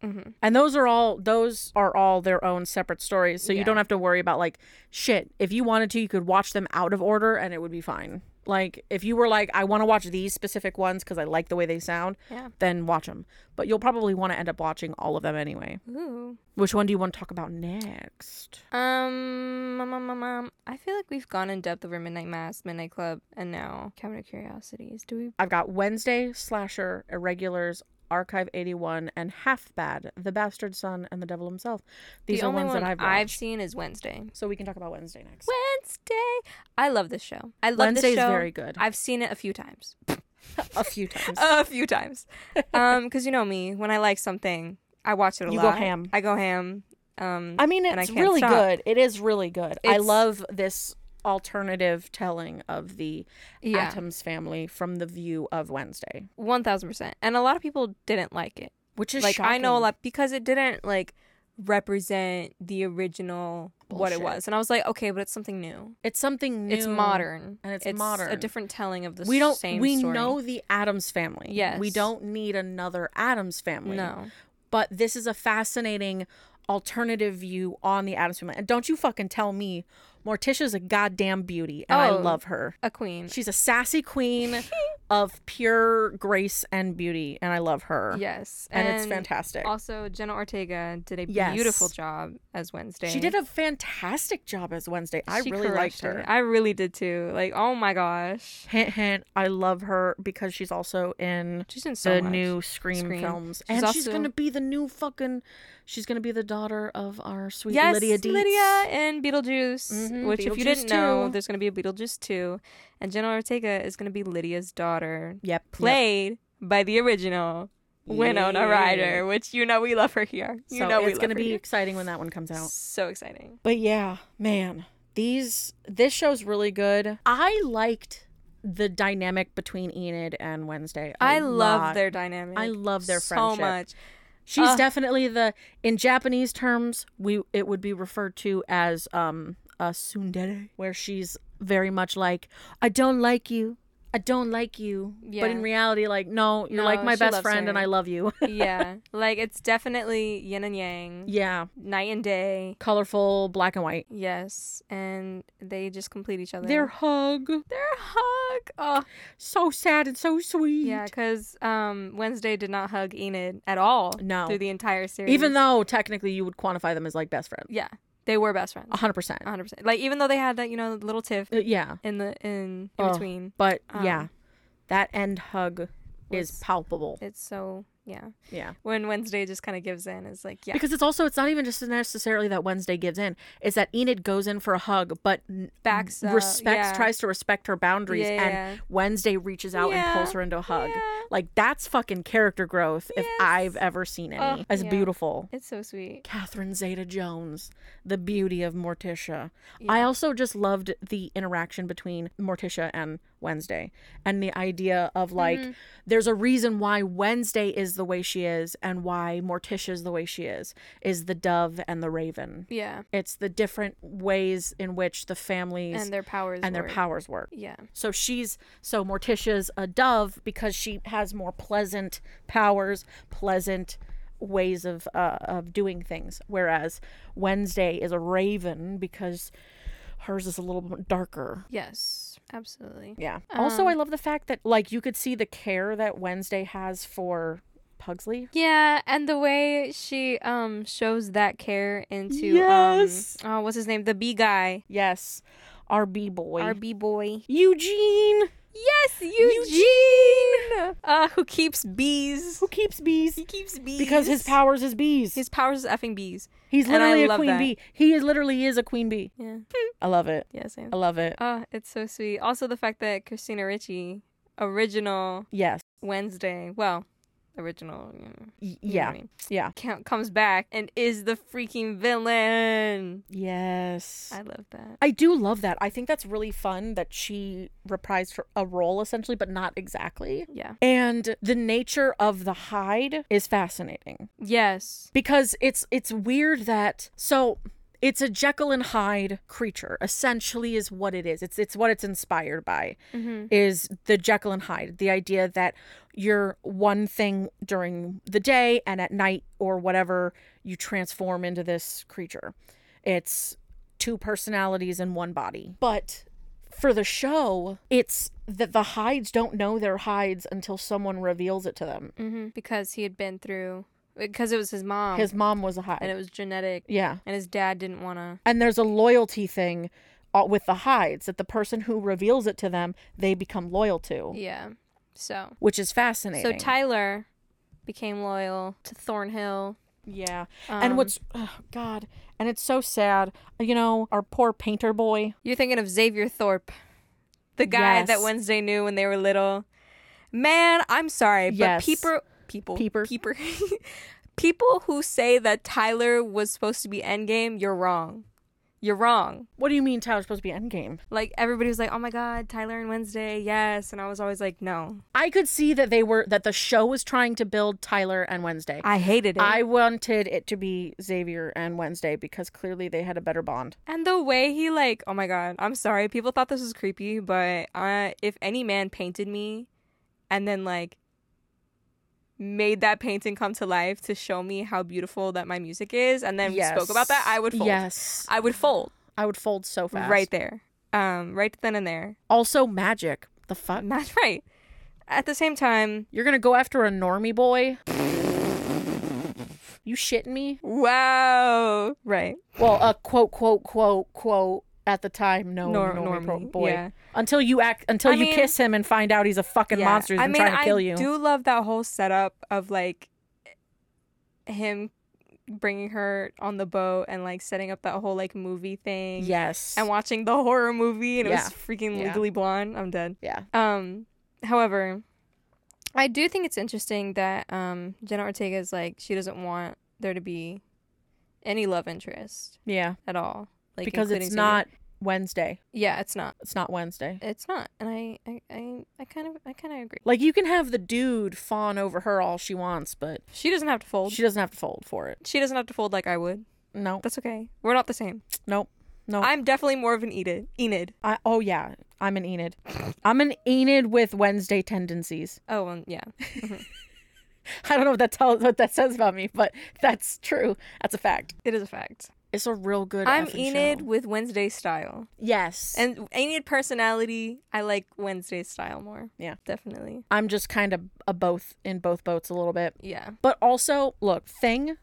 hmm And those are all those are all their own separate stories, so you Yeah. don't have to worry about like shit. If you wanted to, you could watch them out of order and it would be fine. Like if you were like I want to watch these specific ones cuz I like the way they sound, Yeah. then watch them. But you'll probably want to end up watching all of them anyway. Ooh. Which one do you want to talk about next? Um, um, um, um, um, I feel like we've gone in depth over Midnight Mass, Midnight Club, and now Cabinet of Curiosities. Do we? I've got Wednesday, Slasher, Irregulars, Archive 81 and Half Bad, The Bastard Son and The Devil Himself. These the are only ones one that I've watched. seen is Wednesday. so we can talk about Wednesday next. Wednesday. I love this show. I love this Wednesday's show. very good. I've seen it a few times. A few times. A few times. um, because you know me, when I like something, I watch it a You go lot. ham. I go ham. Um, I mean, and I it's can't really stop. good. It is really good. I It's- love this alternative telling of the Yeah. Adams family from the view of Wednesday, one thousand percent. And a lot of people didn't like it. which is like I know a shocking. lot because it didn't like represent the original what it Bullshit. was, and I was like, okay, but it's something new. It's something new. It's modern and it's a modern. different telling of the We don't. same we story. know the Adams family. We Yes. don't need another Adams family. no But this is a fascinating alternative view on the Adams family. And don't you fucking tell me, Morticia's a goddamn beauty, and I Oh. love her. a queen. She's a sassy queen. of pure grace and beauty, and I love her. Yes. And, it's fantastic. Also, Jenna Ortega did a Yes. beautiful job as Wednesday. She did a fantastic job as Wednesday. I She really liked crushed it. her. I really did too. Like, oh my gosh. Hint, hint. I love her because she's also in She's in so the much. new Scream, Scream. films, She's and she's also- gonna be the new fucking. She's gonna be the daughter of our sweet yes, Lydia Dietz. Lydia in Beetlejuice, Mhm, which if you Beetlejuice didn't know, 2. there's going to be a Beetlejuice 2, and Jenna Ortega is going to be Lydia's daughter, Yep. Yep. played by the original Winona Ryder, which you know we love her here. You so know we it's love gonna her be here. exciting when that one comes out. so exciting. But yeah, man, these this show's really good. I liked the dynamic between Enid and Wednesday. I I love their their uh, dynamic. I love their so friendship. much. She's Ugh. definitely the in Japanese terms we it would be referred to as um a tsundere where she's very much like I don't like you. I don't like you. Yeah. But in reality like no, you're No, like my she best loves friend and her. I love you. yeah, like it's definitely yin and yang, yeah. night and day. Colorful black and white. Yes, and they just complete each other. Their hug their hug. Oh, so sad and so sweet. Yeah, because um, Wednesday did not hug Enid at all. No. through the entire series. Even though technically you would quantify them as like best friends. yeah, they were best friends, 100%. Uh, 100. percent Like even though they had that, you know, little tiff yeah. in the in, in Ugh. between. But Um, yeah, that end hug is was- palpable. It's so yeah. yeah. When Wednesday just kind of gives in, is like yeah, Because it's also, it's not even just necessarily that Wednesday gives in. It's that Enid goes in for a hug, but n- Backs up, respects, yeah. tries to respect her boundaries, Yeah, and Wednesday reaches out and Yeah, pulls her into a hug. yeah. Like, that's fucking character growth if Yes. I've ever seen any. Oh, As yeah. beautiful. it's so sweet. Catherine Zeta Jones, the beauty of Morticia. I also just loved the interaction between Morticia and Wednesday and the idea Mm-hmm. of like, there's a reason why Wednesday is the way she is and why Morticia is the way she is, is the dove and the raven. Yeah, It's the different ways in which the families and and, their powers their were- powers work. Yeah, So she's so Morticia's a dove because she has more pleasant powers, pleasant ways of uh, of doing things. Whereas Wednesday is a raven because hers is a little bit darker. yes, absolutely. Yeah. Um, also, I love the fact that like you could see the care that Wednesday has for Pugsley. Yeah, and the way she um shows that care into Yes. um oh what's his name the B guy Yes, our B boy our B boy Eugene, Yes, Eugene, Uh, who keeps bees. who keeps bees He keeps bees. because his powers is bees. his powers is effing bees. He's and I literally a love queen that. bee. He is literally is a queen bee. Yeah. I love it. yeah, same. I love it. Oh, it's so sweet. Also the fact that Christina Ricci, original Yes. Wednesday, well, original you know, you know Y- what yeah. I mean, Yeah. count comes back and is the freaking villain. Yes. I love that. I do love that. I think that's really fun that she reprised her- a role essentially, but not exactly. Yeah. And the nature of the hide is fascinating Yes. because it's it's weird that so it's a Jekyll and Hyde creature essentially is what it is. It's it's what it's inspired by Mm-hmm. is the Jekyll and Hyde, the idea that you're one thing during the day and at night or whatever you transform into this creature. It's two personalities in one body. But for the show, it's that the hides don't know they're hides until someone reveals it to them. Mm-hmm. Because he had been through, because it was his mom, His mom was a hide. and it was genetic, yeah. and his dad didn't want to. And there's a loyalty thing uh, with the hides that the person who reveals it to them, they become loyal to, Yeah. So. which is fascinating. So Tyler became loyal to Thornhill. yeah. Um, and what's oh god and it's so sad you know our poor painter boy you're thinking of Xavier Thorpe, the guy that Yes. Wednesday knew when they were little. Man, I'm sorry, Yes. but peeper, people, Peeper. peeper, people who say that Tyler was supposed to be Endgame, you're wrong. You're wrong. what do you mean tyler's supposed to be endgame Like everybody was like, "Oh my God, Tyler and Wednesday, yes," and I was always like, "No, i could see that they were that the show was trying to build tyler and wednesday I hated it." I wanted it to be Xavier and Wednesday because clearly they had a better bond. And the way he like, oh my god, I'm sorry. People thought this was creepy, but uh, if any man painted me, and then like made that painting come to life to show me how beautiful that my music is, and then Yes. spoke about that, I would fold. Yes. I would fold I would fold so fast. right there, um, right then and there. Also, magic. The fuck? That's right. At the same time, You're gonna go after a normie boy? You shitting me? wow. Right. Well, a quote, quote, quote, quote. At the time, no Nor- normie, pro- normie, boy. yeah. Until you act, until I you mean- kiss him and find out he's a fucking Yeah. monster who's I been mean, trying to I kill you. do love that whole setup of like him bringing her on the boat and like setting up that whole like movie thing. yes. And watching the horror movie and it Yeah. was freaking Yeah. legally blonde. I'm dead. yeah. Um, however, I do think it's interesting that um Jenna Ortega is like she doesn't want there to be any love interest Yeah. at all, like because including it's Xavier. not Wednesday. Yeah, it's not. It's not Wednesday. It's not. And I, I, I, I kind of, I kind of agree. Like you can have the dude fawn over her all she wants, but She doesn't have to fold. she doesn't have to fold for it. She doesn't have to fold like I would. No. That's okay. We're not the same. Nope. No. I'm definitely more of an Enid. Enid. I, oh yeah, I'm an Enid. I'm an Enid with Wednesday tendencies. Oh, well, yeah. I don't know what that tells what that says about me, but that's true. That's a fact. It is a fact. It's a real good. I'm effing Enid show. with Wednesday style. Yes, and And Enid personality, I like Wednesday style more. Yeah. Definitely. I'm just kind of a both in both boats a little bit. Yeah. But also, look, thing.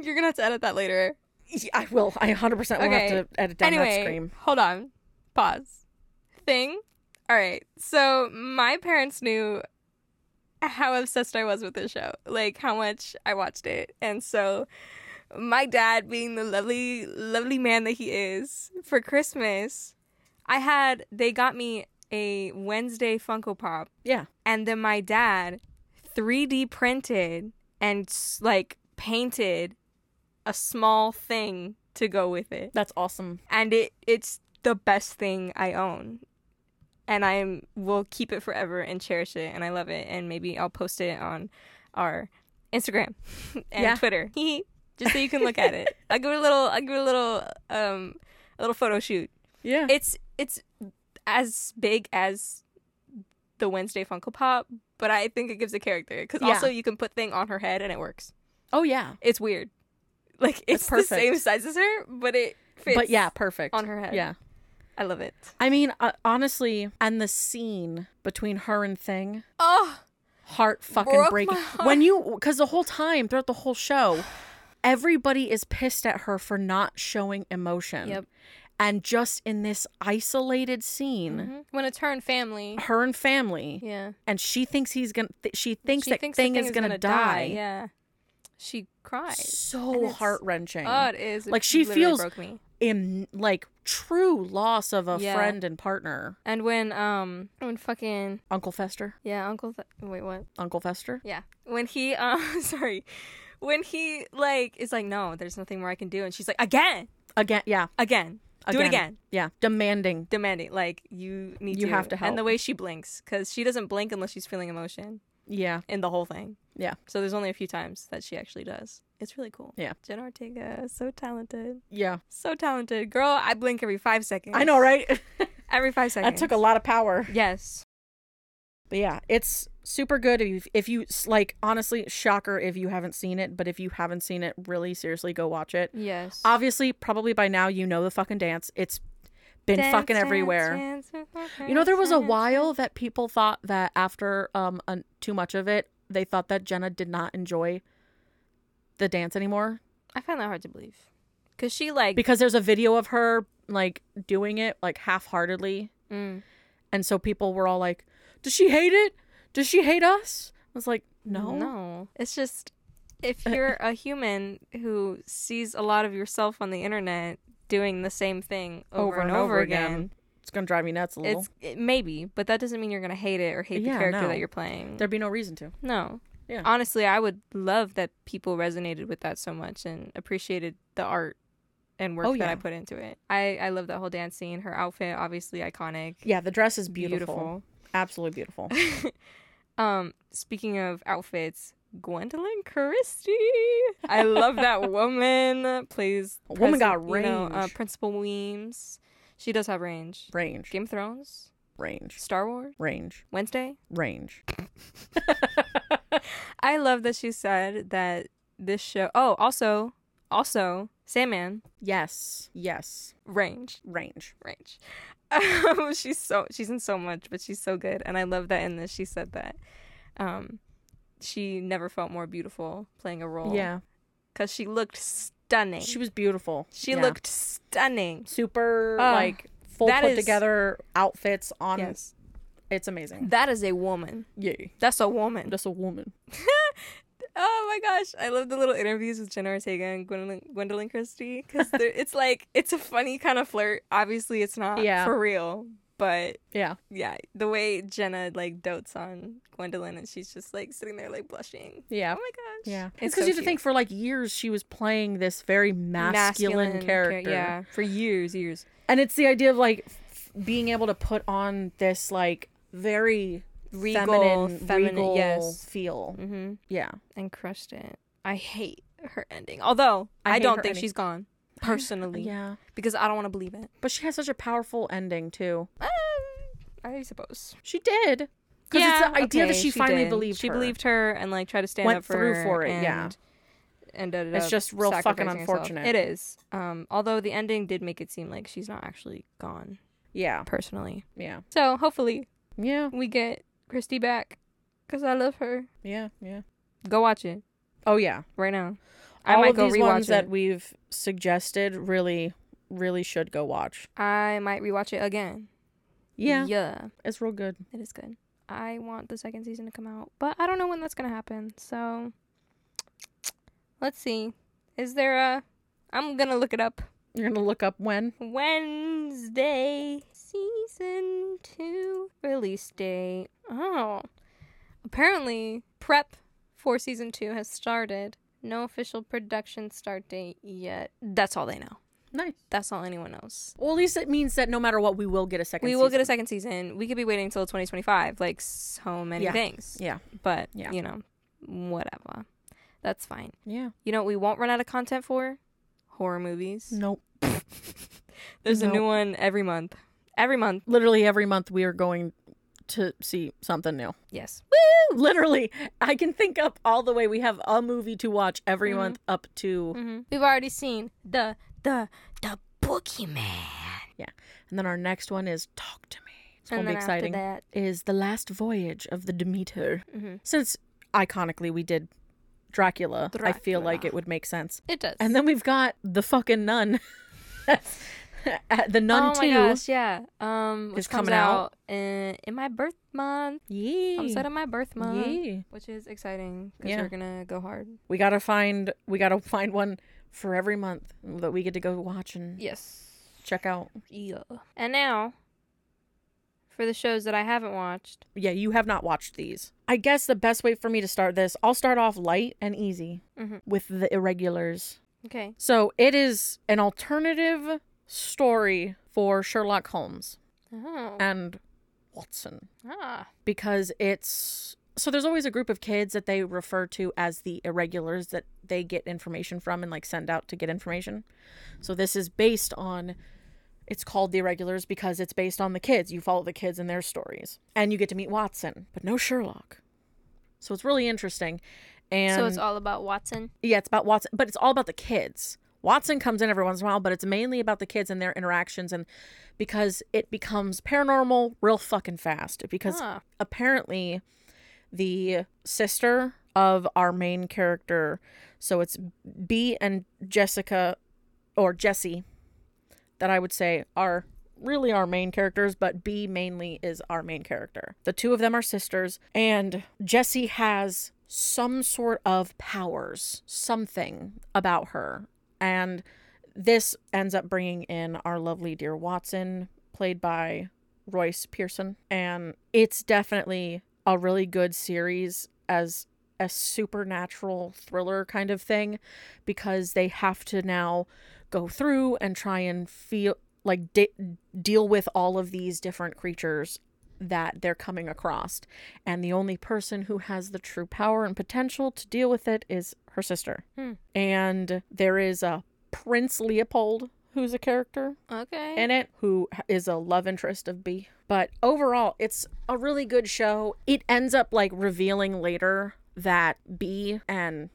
You're going to have to edit that later. Yeah, I will. I 100 percent will Okay. have to edit down anyway, that scream. hold on. Pause. Thing. All right. So my parents knew how obsessed I was with this show, like how much I watched it. And so my dad, being the lovely, lovely man that he is, for Christmas, I had, they got me a Wednesday Funko Pop. Yeah. And then my dad 3D printed and s- like painted a small thing to go with it That's awesome. and it it's the best thing I own. And I will keep it forever and cherish it, and I love it. And maybe I'll post it on our Instagram and Yeah. Twitter, just so you can look at it. I'll give it a little, I'll give it a little, um, a little photo shoot. Yeah. It's it's as big as the Wednesday Funko Pop, but I think it gives a character because Yeah. also you can put thing on her head and it works. oh yeah. It's weird, like it's the perfect. same size as her, but it fits. But yeah, perfect on her head. Yeah. I love it. I mean, uh, honestly, and the scene between her and Thing, Oh, heart fucking Broke my breaking. heart. When you, because the whole time throughout the whole show, everybody is pissed at her for not showing emotion. Yep. And just in this isolated scene, when it's her and family. her and family, Mm-hmm. Yeah. and she thinks he's gonna, th- she thinks She that thinks the Thing, is gonna, die. Yeah. She cries. And So it's- heart wrenching. Oh, it is. It Like, she literally feels- broke me. in like true loss of a Yeah. friend and partner, And when um when fucking Uncle Fester, yeah Uncle Th- wait what Uncle Fester. yeah when he um sorry when he like is like no there's nothing more I can do and she's like again Again, yeah, again do it again yeah, demanding demanding like you need You to have to help. and the way she blinks because she doesn't blink unless she's feeling emotion Yeah. in the whole thing. Yeah. So there's only a few times that she actually does. It's really cool. Yeah. Jen Ortega, is so talented. Yeah. So talented. Girl, I blink every five seconds. I know, right? Every five that seconds. took a lot of power. Yes. But yeah, it's super good if you, if you like honestly shocker if you haven't seen it, but if you haven't seen it, really seriously go watch it. Yes. Obviously, probably by now you know the fucking dance. It's been fucking everywhere. You know, there was a while that people thought that after um un- too much of it, they thought that Jenna did not enjoy the dance anymore I find that hard to believe. Because she, like. because there's a video of her like doing it like half-heartedly mm, And so people were all like, "Does she hate it? Does she hate us?" I was like, "No, Uh, No. It's just. If you're a human who sees a lot of yourself on the internet doing the same thing over, and, over, again, it's gonna drive me nuts a little. it's it, maybe, but that doesn't mean you're gonna hate it or hate Yeah, the character no. that you're playing. There'd be no reason to." No. Yeah. Honestly, I would love that people resonated with that so much and appreciated the art and work Oh, that yeah. I put into it. I I love that whole dance scene. Her outfit, obviously iconic, Yeah, the dress is beautiful, absolutely beautiful. beautiful. um, speaking of outfits, Gwendolyn Christie. I love that woman. Plays A woman got you know, uh, range. Principal Weems. She does have range. Range, Game of Thrones, range, Star Wars, range, Wednesday. range. I love that she said that this show. Oh, also, also, Sandman Yes, yes, range, range. range. Um, she's so she's in so much, but she's so good, and I love that in this she said that. Um, she never felt more beautiful playing a role. Yeah. because she looked stunning. She She, was beautiful. Yeah. looked stunning. super Oh, like full that put is- together outfits on Yes, it's amazing. that is a woman. Yay. That's a woman. That's a woman. Oh my gosh, I love the little interviews with Jenna Ortega and Gwendolyn, Gwendolyn Christie because it's like it's a funny kind of flirt. Obviously, it's not Yeah. for real, but Yeah. yeah, the way Jenna like dotes on Gwendolyn and she's just like sitting there like blushing. Yeah. Oh my gosh. Yeah. It's It's because so you have to cute. think for like years she was playing this very masculine, char- character. yeah, for years, years. And it's the idea of like f- being able to put on this like very Regal, feminine, feminine, regal yes. feel. Mm-hmm. Yeah. And crushed it. I hate her ending. Although I I, hate don't her think ending. she's gone personally Yeah. because I don't want to believe it. But she has such a powerful ending too. Um, I suppose. She did. Because it's the idea that okay, she, finally did. believed She her. believed her and like tried to stand Went up for through her for it, And yeah. Ended It's up just real fucking sacrificing herself. unfortunate. It is. Um, although the ending did make it seem like she's not actually gone Yeah. personally. Yeah. So hopefully Yeah. we get Christy back because I love her. Yeah. Yeah. Go watch it Oh yeah. right now. I All might of go these rewatch ones it. that we've suggested really, really should go watch. I might rewatch it again. Yeah, Yeah. it's real good. It is good. I want the second season to come out, but I don't know when that's going to happen. So let's see. Is there a. I'm going to look it up. You're gonna look up when. Wednesday, season two release date. Oh. Apparently, prep for season two has started. No official production start date yet. That's all they know. Nice. That's all anyone knows. Well, at least it means that no matter what, we will get a second. we will get a second season. We could be waiting until 2025, like so many Yeah. things. Yeah. But, Yeah. you know, whatever. That's fine. Yeah. You know what we won't run out of content for? Horror movies. Nope. There's a No. new one every month. Every month. Literally every month we are going to see something new. Yes. Literally, I can think up all the way. We have a movie to watch every Mhm. month up to, hmm We've already seen the, the, the Boogeyman. and then our next one is Talk to Me. It's gonna and be then exciting. after Is the last voyage of the Demeter. that, mhm, Since iconically we did Dracula, I feel like Dracula. it would make sense. it does. And then we've got the fucking nun. uh, the nun oh too. my gosh, yeah. Um, which is comes coming out. out, in, in my birth month. Yeah. Comes out of my birth month. Yeah. Which is exciting because Yeah. we're gonna go hard. We gotta find we gotta find one for every month that we get to go watch and Yes. check out. Yeah. And now, for the shows that I haven't watched, Yeah, you have not watched these. I guess the best way for me to start this, I'll start off light and easy Mhm. with the irregulars. okay, So it is an alternative story for Sherlock Holmes oh, and Watson. ah, because it's so there's always a group of kids that they refer to as the irregulars that they get information from and like send out to get information. So this is based on it's called the irregulars because it's based on the kids. You follow the kids and their stories. And you get to meet Watson, but no Sherlock. So it's really interesting. And so it's all about Watson. yeah, it's about Watson, but it's all about the kids. Watson comes in every once in a while, but it's mainly about the kids and their interactions, and because it becomes paranormal real fucking fast. Because Huh. apparently, the sister of our main character, so it's B and Jessica, or Jessie, that I would say are really our main characters, but B mainly is our main character. The two of them are sisters, and Jessie has some sort of powers, something about her. And this ends up bringing in our lovely dear Watson, played by Royce Pearson. And it's definitely a really good series as a supernatural thriller kind of thing because they have to now go through and try and feel like de- deal with all of these different creatures that they're coming across and the only person who has the true power and potential to deal with it is her sister Hmm. and there is a prince leopold who's a character Okay, in it who is a love interest of B. But overall, it's a really good show. It ends up like revealing later that B and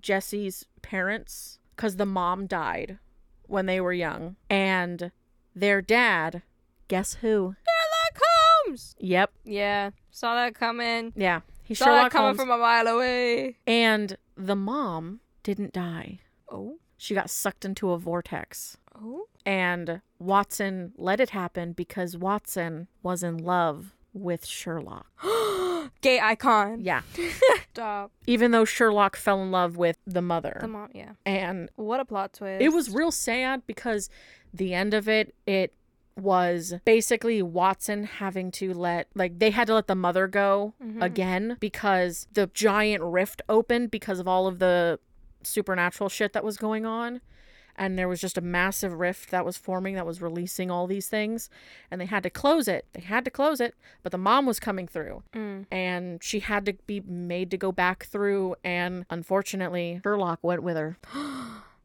Jesse's parents, because the mom died when they were young, and their dad Guess who? Sherlock Holmes. Yep. Yeah, saw that coming. Yeah. He's saw Sherlock that coming Holmes. from a mile away. and the mom didn't die. Oh, She got sucked into a vortex. oh, And Watson let it happen because Watson was in love with Sherlock. gay icon. Yeah. Stop Even though Sherlock fell in love with the mother. the mom. Yeah, and what a plot twist. it was real sad because the end of it, it was basically Watson having to let, like, they had to let the mother go Mhm. again because the giant rift opened because of all of the supernatural shit that was going on. And there was just a massive rift that was forming that was releasing all these things. And they had to close it. They had to close it. But the mom was coming through. Mm. And she had to be made to go back through. And unfortunately, Sherlock went with her.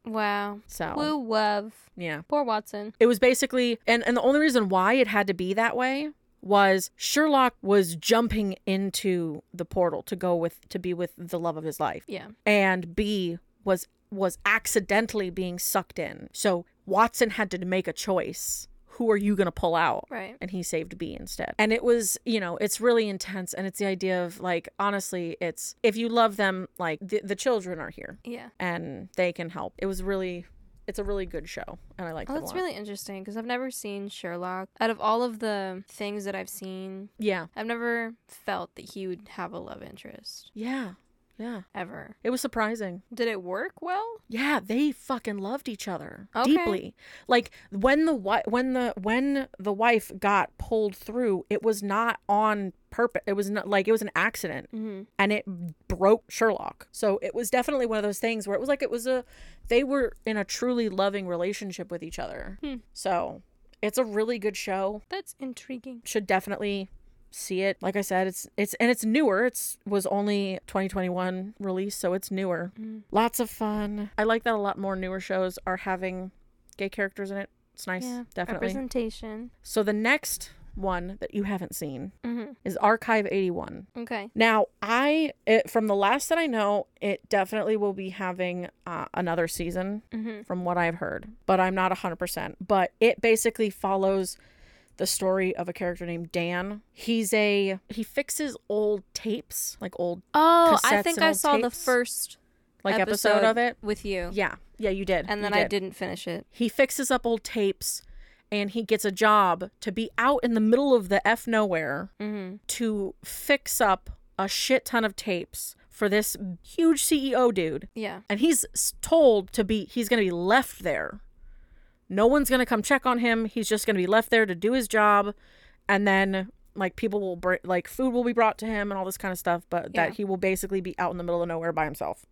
wow. So, Woo wove. yeah. Poor Watson. It was basically, and, and the only reason why it had to be that way was Sherlock was jumping into the portal to go with to be with the love of his life, Yeah. and B was was accidentally being sucked in. So Watson had to make a choice: who are you going to pull out? Right. and he saved B instead. And it was, you know, it's really intense and it's the idea of like honestly, it's if you love them like the, the children are here Yeah. and they can help. It was really it's a really good show and I like Oh, that a that's lot. really interesting because I've never seen Sherlock. Out of all of the things that I've seen, yeah. I've never felt that he would have a love interest Yeah. Yeah. ever. It was surprising. Did it work well? Yeah, they fucking loved each other Okay. deeply. Like when the wi- when the when the wife got pulled through, it was not on purpose. It was not like it was an accident Mm-hmm. and it broke Sherlock. So it was definitely one of those things where it was like it was a they were in a truly loving relationship with each other. Hmm. So, it's a really good show. That's intriguing. Should definitely see it. Like I said, it's it's and it's newer. It's was only 2021 release, so it's newer. Mm. Lots of fun. I like that a lot more newer shows are having gay characters in it. It's nice, Yeah. definitely. Representation. so the next one that you haven't seen hmm is Archive 81. Okay. Now, I it, from the last that I know, it definitely will be having uh, another season Mm-hmm. from what I've heard, but I'm not 100%. But it basically follows the story of a character named Dan. He's a he fixes old tapes, like old Oh, Cassettes I think and I old saw the tapes? first like episode, of it. with you, Yeah. Yeah, you did. and then You I did. didn't finish it. He fixes up old tapes and he gets a job to be out in the middle of the F nowhere Mm-hmm. to fix up a shit ton of tapes for this huge CEO dude. Yeah. And he's s- told to be, he's going to be left there. No one's going to come check on him. He's just going to be left there to do his job. And then, like, people will, br- like, food will be brought to him and all this kind of stuff. But Yeah. that he will basically be out in the middle of nowhere by himself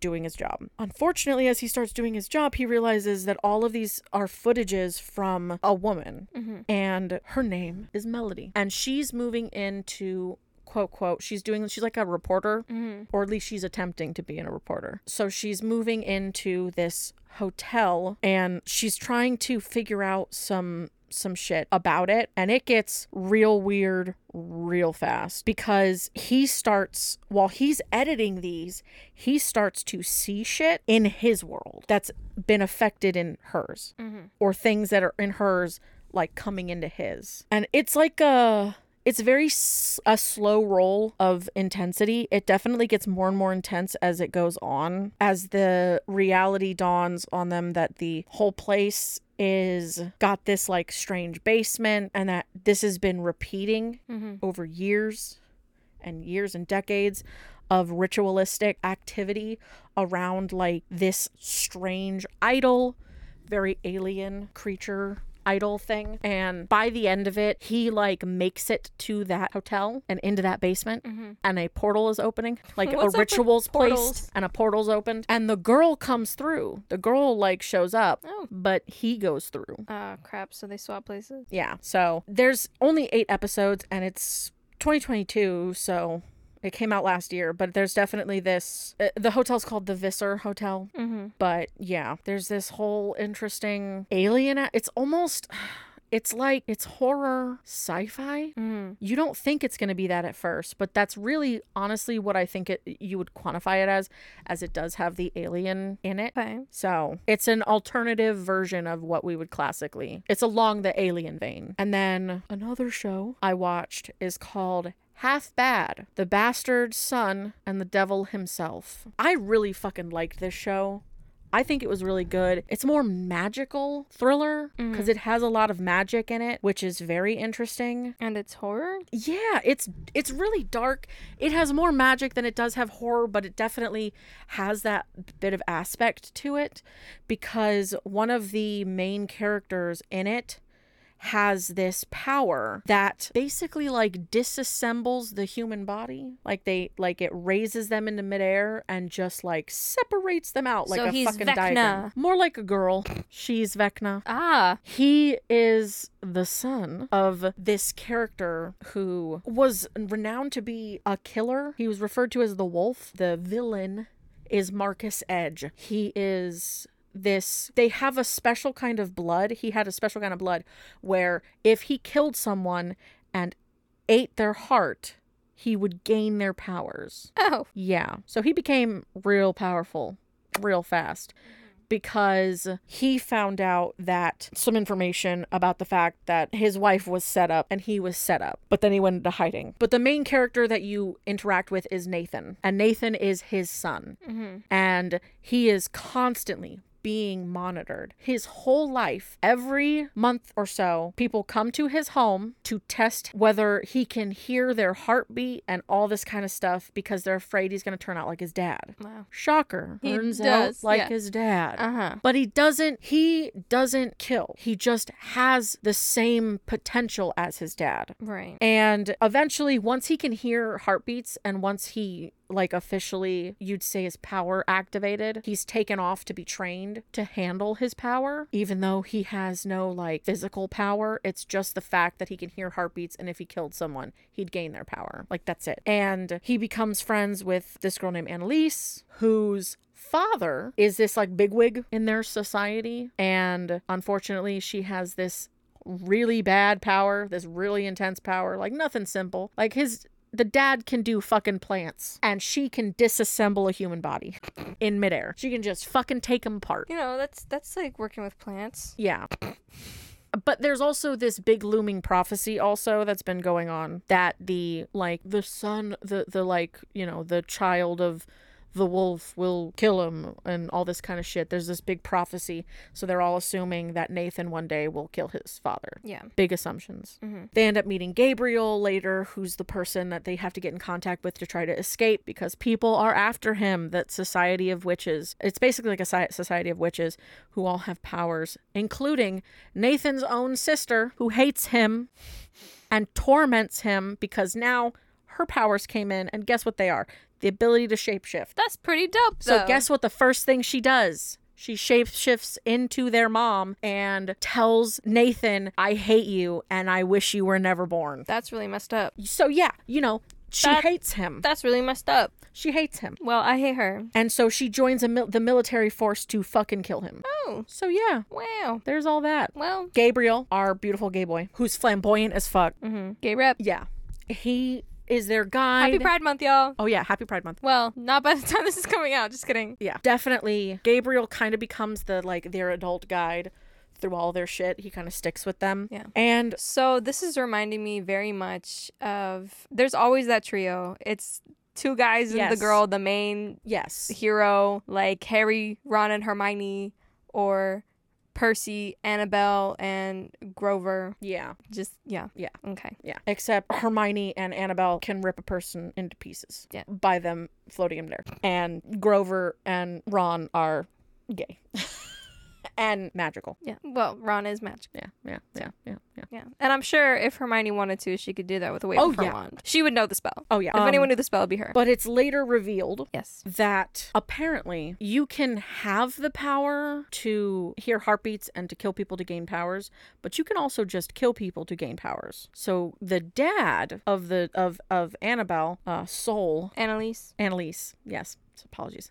doing his job. Unfortunately, as he starts doing his job, he realizes that all of these are footages from a woman, and her name is Melody, and she's moving into quote quote she's doing she's like a reporter or at least she's attempting to be in a reporter so she's moving into this hotel and she's trying to figure out some some shit about it and it gets real weird real fast because he starts while he's editing these he starts to see shit in his world that's been affected in hers or things that are in hers like coming into his and it's like a it's very s- a slow roll of intensity it definitely gets more and more intense as it goes on as the reality dawns on them that the whole place is got this like strange basement and that this has been repeating Mm. over years and years and decades of ritualistic activity around like this strange idol, very alien creature idol thing. And by the end of it, he like makes it to that hotel and into that basement and a portal is opening. Like Mm-hmm. What's up a with ritual's placed portals? and a portal's opened and the girl comes through. The girl like shows up, Oh. but he goes through. Oh crap! So they swap places. Yeah. So there's only eight episodes and it's 2022. So it came out last year, but there's definitely this. Uh, the hotel's called the Visser Hotel. Mm-hmm. But yeah, there's this whole interesting alien. a- It's almost. It's like it's horror sci-fi. Mm. You don't think it's going to be that at first, but that's really honestly what I think it you would quantify it as as it does have the alien in it. Okay. So, it's an alternative version of what we would classically. It's along the alien vein. And then another show I watched is called Half Bad, The Bastard Son and the Devil Himself. I really fucking liked this show. I think it was really good. It's more magical thriller because it has a lot of magic in it, which is very interesting. And it's horror? Yeah, it's it's really dark. It has more magic than it does have horror, but it definitely has that bit of aspect to it because one of the main characters in it has this power that basically like disassembles the human body. Like they like it raises them into midair and just like separates them out like So a he's fucking Vecna. diagram. More like a girl. She's Vecna. Ah. He is the son of this character who was renowned to be a killer. He was referred to as the wolf. The villain is Marcus Edge. He is this they have a special kind of blood. He had a special kind of blood where if he killed someone and ate their heart, he would gain their powers. Oh. Yeah. So he became real powerful real fast because he found out that some information about the fact that his wife was set up and he was set up, but then he went into hiding. But the main character that you interact with is Nathan, and Nathan is his son, Mm-hmm, and he is constantly being monitored. His whole life, every month or so, people come to his home to test whether he can hear their heartbeat and all this kind of stuff because they're afraid he's going to turn out like his dad. Wow. Shocker. He turns does, out like yeah. his dad. Uh huh. But he doesn't he doesn't kill. He just has the same potential as his dad. Right. And eventually, once he can hear heartbeats and once he, like, officially, you'd say his power activated, he's taken off to be trained to handle his power, even though he has no, like, physical power. It's just the fact that he can hear heartbeats, and if he killed someone, he'd gain their power. Like, that's it. And he becomes friends with this girl named Annalise, who's father is this like bigwig in their society and unfortunately she has this really bad power, this really intense power, like nothing simple. Like his the dad can do fucking plants and she can disassemble a human body in midair. She can just fucking take them apart. You know, that's that's like working with plants. Yeah. But there's also this big looming prophecy also that's been going on that the like the son the the like, you know, the child of the wolf will kill him and all this kind of shit. There's this big prophecy. So they're all assuming that Nathan one day will kill his father Yeah. big assumptions. They end up meeting Gabriel later, who's the person that they have to get in contact with to try to escape because people are after him. That society of witches, it's basically like a sci- society of witches who all have powers, including Nathan's own sister, who hates him and torments him because now her powers came in, and guess what they are? The ability to shapeshift. That's pretty dope, So though. guess what the first thing she does? She shapeshifts into their mom and tells Nathan, "I hate you and I wish you were never born." That's really messed up. So yeah, you know, she That- hates him. That's really messed up. she hates him. Well, I hate her. And so she joins a mil- the military force to fucking kill him. Oh. So yeah, Wow. there's all that. Well, Gabriel, our beautiful gay boy, who's flamboyant as fuck. mhm. gay rep. Yeah. He is their guide. Happy Pride Month, y'all. oh yeah, happy Pride month. Well, not by the time this is coming out. Just kidding. yeah definitely gabriel kind of becomes the like their adult guide through all their shit he kind of sticks with them Yeah. and So this is reminding me very much of. There's always that trio. It's two guys and Yes. the girl, the main yes hero, like Harry, Ron, and Hermione, or Percy, Annabelle, and Grover. yeah Just yeah, Yeah. Okay. yeah except hermione and annabelle can rip a person into pieces Yeah. by them floating him there and grover and ron are gay and magical Yeah. Well, Ron is magic. yeah yeah yeah yeah yeah Yeah, and I'm sure if Hermione wanted to, she could do that with a wave Oh, of her yeah. wand. She would know the spell. oh yeah if Um, anyone knew the spell, it'd be her. but it's later revealed yes. that apparently you can have the power to hear heartbeats and to kill people to gain powers, but you can also just kill people to gain powers. So the dad of the of of Annabelle, uh, Soul Annalise. Annalise, yes, apologies,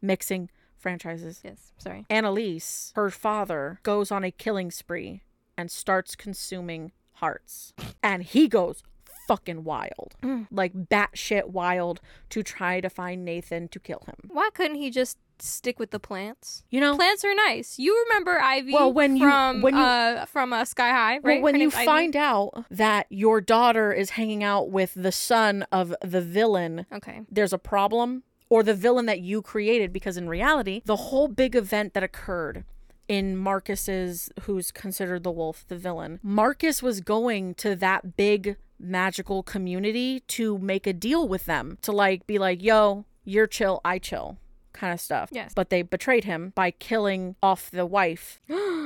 mixing franchises. Yes. Sorry. Annalise, her father goes on a killing spree and starts consuming hearts. And he goes fucking wild, like batshit wild, to try to find Nathan to kill him. Why couldn't he just stick with the plants? You know, Plants are nice. You remember Ivy Well, when you- from when you- uh, from uh, Sky High, right? well, when Her you name's Ivy? find out that your daughter is hanging out with the son of the villain okay, there's a problem or the villain that you created because in reality the whole big event that occurred in Marcus's who's considered the wolf the villain Marcus was going to that big magical community to make a deal with them to like be like yo you're chill I chill kind of stuff Yes. but they betrayed him by killing off the wife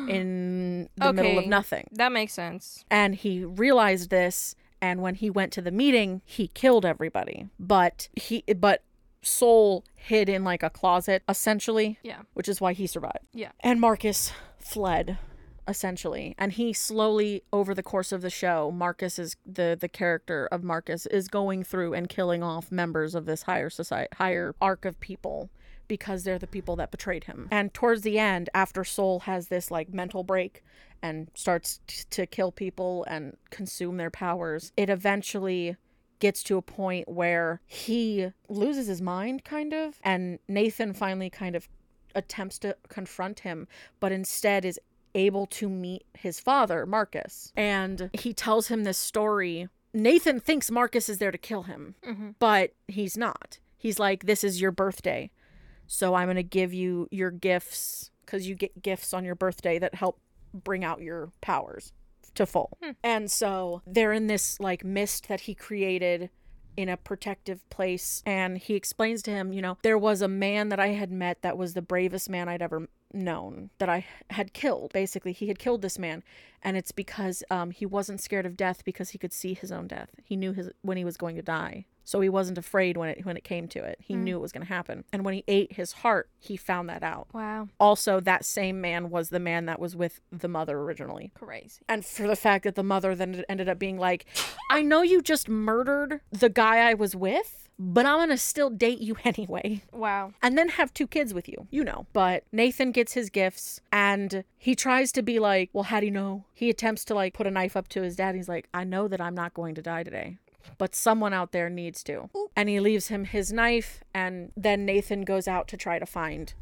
in the middle of Okay. nothing that makes sense. and he realized this and when he went to the meeting he killed everybody but he but soul hid in like a closet essentially Yeah, which is why he survived Yeah. and marcus fled essentially and he slowly over the course of the show marcus is the the character of marcus is going through and killing off members of this higher society higher arc of people because they're the people that betrayed him and towards the end after soul has this like mental break and starts t- to kill people and consume their powers it eventually gets to a point where he loses his mind kind of and nathan finally kind of attempts to confront him but instead is able to meet his father, Marcus. And he tells him this story. Nathan thinks Marcus is there to kill him, Mhm. but he's not. He's like, This is your birthday. So I'm going to give you your gifts because you get gifts on your birthday that help bring out your powers to full. And so they're in this like mist that he created in a protective place and he explains to him you know there was a man that i had met that was the bravest man i'd ever known that i had killed basically he had killed this man and it's because um, he wasn't scared of death because he could see his own death he knew his when he was going to die so he wasn't afraid when it when it came to it he knew it was going to happen and when he ate his heart he found that out wow, also that same man was the man that was with the mother originally crazy. and for the fact that the mother then ended up being like, I know you just murdered the guy I was with, but I'm gonna still date you anyway. Wow, And then have two kids with you, you know. But Nathan gets his gifts and he tries to be like, Well, how do you know? He attempts to like put a knife up to his dad. He's like, I know that I'm not going to die today, but someone out there needs to. And he leaves him his knife. And then Nathan goes out to try to find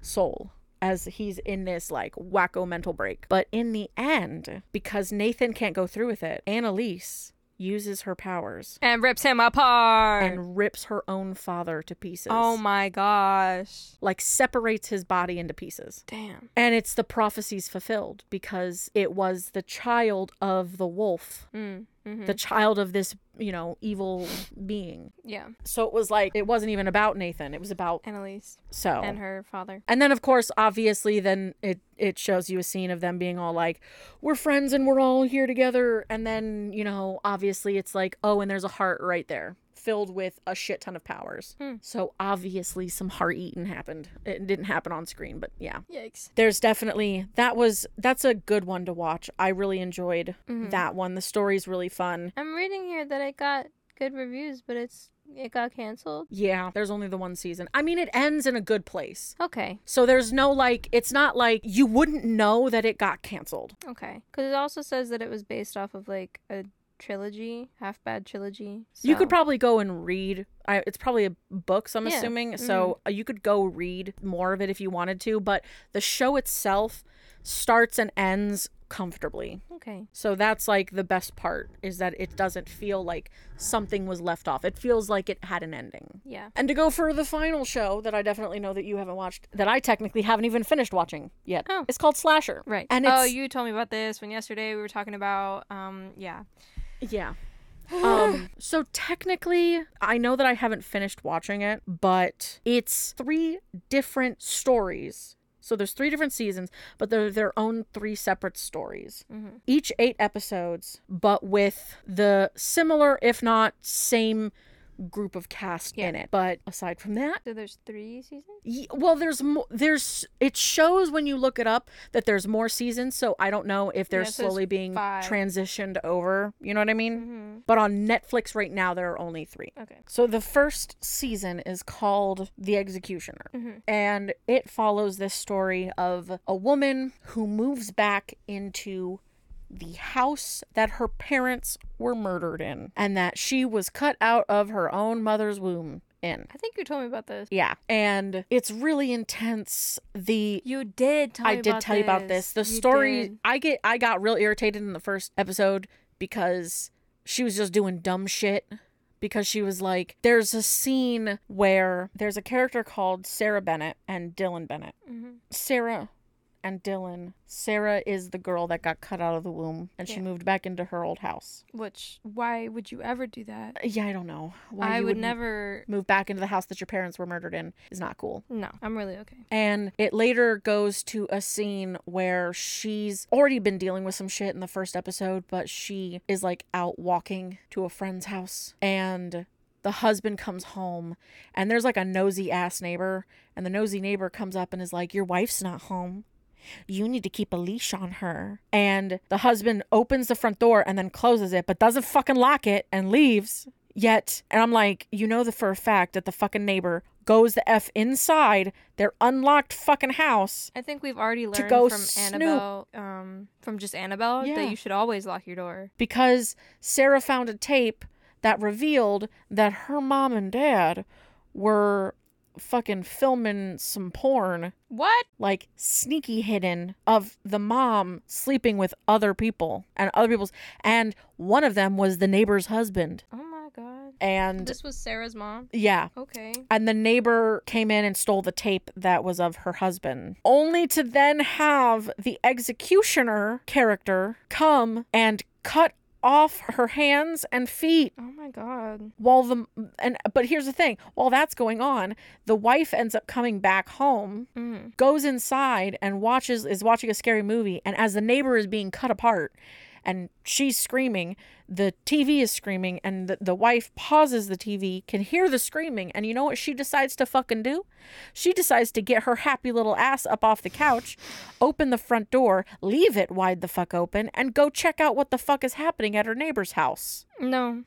soul as he's in this like wacko mental break. But in the end, because Nathan can't go through with it, Annalise uses her powers and rips him apart. and rips her own father to pieces. oh my gosh, Like separates his body into pieces. damn. And it's the prophecies fulfilled because it was the child of the wolf, Mm, hmm the child of this, you know, evil being. Yeah, So it was like, it wasn't even about Nathan. It was about Annalise so. and her father. And then of course, obviously then it it shows you a scene of them being all like, "We're friends and we're all here together." And then, you know, obviously it's like, "Oh, and there's a heart right there." Filled with a shit ton of powers. Hmm. So obviously, some heart eating happened. It didn't happen on screen, but yeah. Yikes. There's definitely, that was, that's a good one to watch. I really enjoyed Mhm. that one. The story's really fun. I'm reading here that it got good reviews, but it's it got canceled. Yeah, there's only the one season. I mean, it ends in a good place. Okay, So there's no like, it's not like you wouldn't know that it got canceled. okay. Because it also says that it was based off of like a trilogy, half bad trilogy. You could so- probably go and read. I, it's probably a books, I'm Yeah. Mm-hmm. assuming. So uh, you could go read more of it if you wanted to. But the show itself starts and ends comfortably. okay. So that's like the best part is that it doesn't feel like something was left off. It feels like it had an ending. Yeah. And to go for the final show that I definitely know that you haven't watched, that I technically haven't even finished watching yet. Oh. It's called Slasher. Right. And oh, it's- you told me about this when yesterday we were talking about um yeah. Yeah. um so technically I know that I haven't finished watching it, but it's three different stories. So there's three different seasons, but they're their own three separate stories. Mhm. Each 8 episodes, but with the similar if not same group of cast in it. But aside from that, So there's three seasons. Ye- well there's mo- there's it shows when you look it up that there's more seasons so i don't know if they're Yeah, so there's slowly being five. transitioned over you know what i mean Mm-hmm. but on netflix right now there are only three Okay. so the first season is called the executioner Mhm. and it follows this story of a woman who moves back into the house that her parents were murdered in and that she was cut out of her own mother's womb in. I think you told me about this. Yeah. And it's really intense. The You did tell I me did tell you about this. The You story did. I get I got real irritated in the first episode because she was just doing dumb shit because she was like there's a scene where there's a character called Sarah Bennett and Dylan Bennett. Mhm. Sarah and Dylan. Sarah is the girl that got cut out of the womb and she Yeah. moved back into her old house. Which why would you ever do that? Yeah, I don't know. Why I you would m- never. move back into the house that your parents were murdered in is not cool. No, I'm really okay. And it later goes to a scene where she's already been dealing with some shit in the first episode, but she is like out walking to a friend's house and the husband comes home and there's like a nosy ass neighbor and the nosy neighbor comes up and is like your wife's not home. You need to keep a leash on her. And the husband opens the front door and then closes it but doesn't fucking lock it and leaves. Yet, and I'm like, you know the for a fact that the fucking neighbor goes the f inside their unlocked fucking house. I think we've already learned go from snoop. Annabelle, um, from just Annabelle, Yeah. that you should always lock your door. because Sarah found a tape that revealed that her mom and dad were fucking filming some porn, What? like sneaky hidden, of the mom sleeping with other people and other people's. And one of them was the neighbor's husband. Oh my god. And This was Sarah's mom. yeah. Okay. And the neighbor came in and stole the tape that was of her husband, only to then have the executioner character come and cut off her hands and feet Oh my god. while the and but here's the thing while that's going on the wife ends up coming back home Mm. goes inside and watches is watching a scary movie and as the neighbor is being cut apart and she's screaming the tv is screaming and the, the wife pauses the tv can hear the screaming and you know what she decides to fucking do she decides to get her happy little ass up off the couch open the front door leave it wide the fuck open and go check out what the fuck is happening at her neighbor's house No.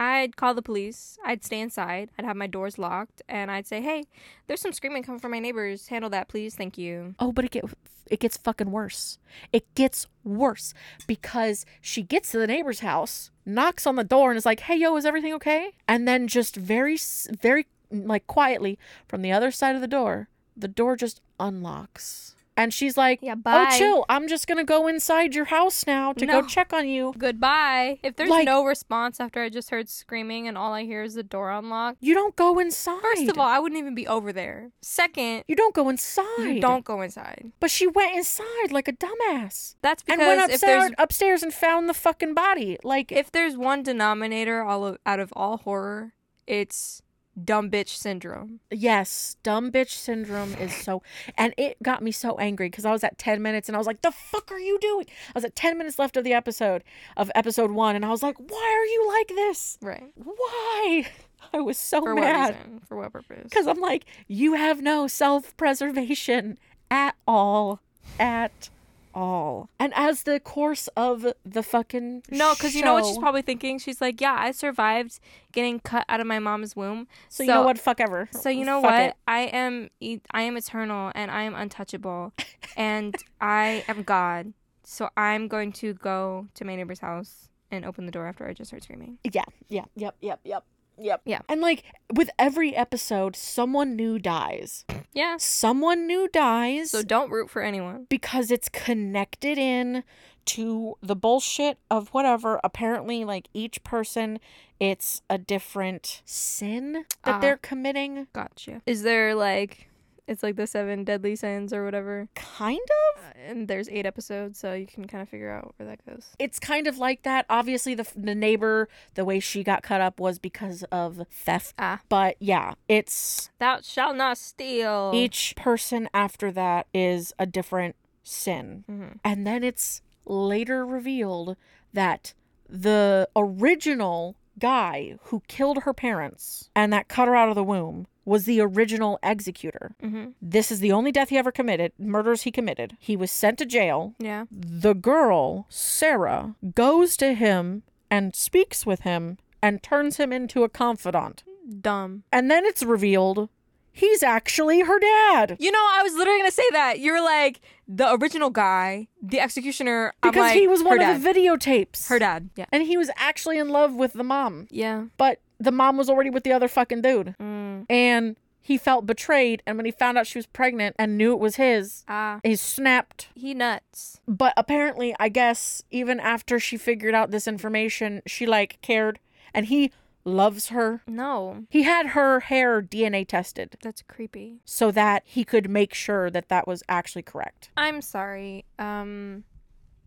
I'd call the police. I'd stay inside. I'd have my doors locked, and I'd say, "Hey, there's some screaming coming from my neighbors. Handle that, please. Thank you." Oh, but it get it gets fucking worse. It gets worse because she gets to the neighbor's house, knocks on the door, and is like, "Hey, yo, is everything okay?" And then just very, s- very like quietly from the other side of the door, the door just unlocks, and she's like, Yeah. Bye. "Oh, chill. I'm just gonna go inside your house now to go No. check on you." Goodbye. If there's Like- no response after I just heard screaming and all I hear is the door unlocked, You don't go inside. first of all, I wouldn't even be over there. Second, you don't go inside. you don't go inside. But she went inside like a dumbass. That's because and went if there's upstairs, upstairs and found the fucking body. Like if there's one denominator all of, out of all horror, it's dumb bitch syndrome. Yes, dumb bitch syndrome is so, and it got me so angry because I was at ten minutes and I was like, "The fuck are you doing?" I was at ten minutes left of the episode of episode one, and I was like, "Why are you like this? Right. Why?" I was so For what mad reason? For what purpose? because I'm like, "You have no self preservation at all, at all." And as the course of the fucking No, because you know what she's show- probably thinking? She's like, yeah, I survived getting cut out of my mom's womb. so, you know what? Fuck ever. So you know Fuck what? it. I am e- I am eternal and I am untouchable, and I am God. So I'm going to go to my neighbor's house and open the door after I just heard screaming. Yeah, yeah, yep, yep, yep, yep. Yeah. And like with every episode, someone new dies. Yeah. Someone new dies So don't root for anyone. because it's connected in to the bullshit of whatever. Apparently, like each person, it's a different sin that Ah. they're committing. Gotcha. Is there like it's like the seven deadly sins or whatever, uh, Kind of? and there's eight episodes, so you can kind of figure out where that goes. It's kind of like that. Obviously, the, the neighbor, the way she got cut up was because of theft. Ah. But yeah, it's Thou shalt not steal. Each person after that is a different sin. Mhm. And then it's later revealed that the original guy who killed her parents and that cut her out of the womb was the original executor. Mm-hmm. This is the only death he ever committed, murders he committed. He was sent to jail. Yeah. The girl, Sarah, goes to him and speaks with him and turns him into a confidant. Dumb. And then it's revealed he's actually her dad. You know, I was literally gonna say that. You're like the original guy, the executioner. I'm Because like, he was her one dad. of the videotapes. her dad. Yeah. And he was actually in love with the mom. Yeah. But the mom was already with the other fucking dude. Mm. And he felt betrayed. And when he found out she was pregnant and knew it was his, Ah. he snapped. He nuts. but apparently i guess even after she figured out this information she like cared and he loves her No, he had her hair dna tested that's creepy. so that he could make sure that that was actually correct I'm sorry. Um,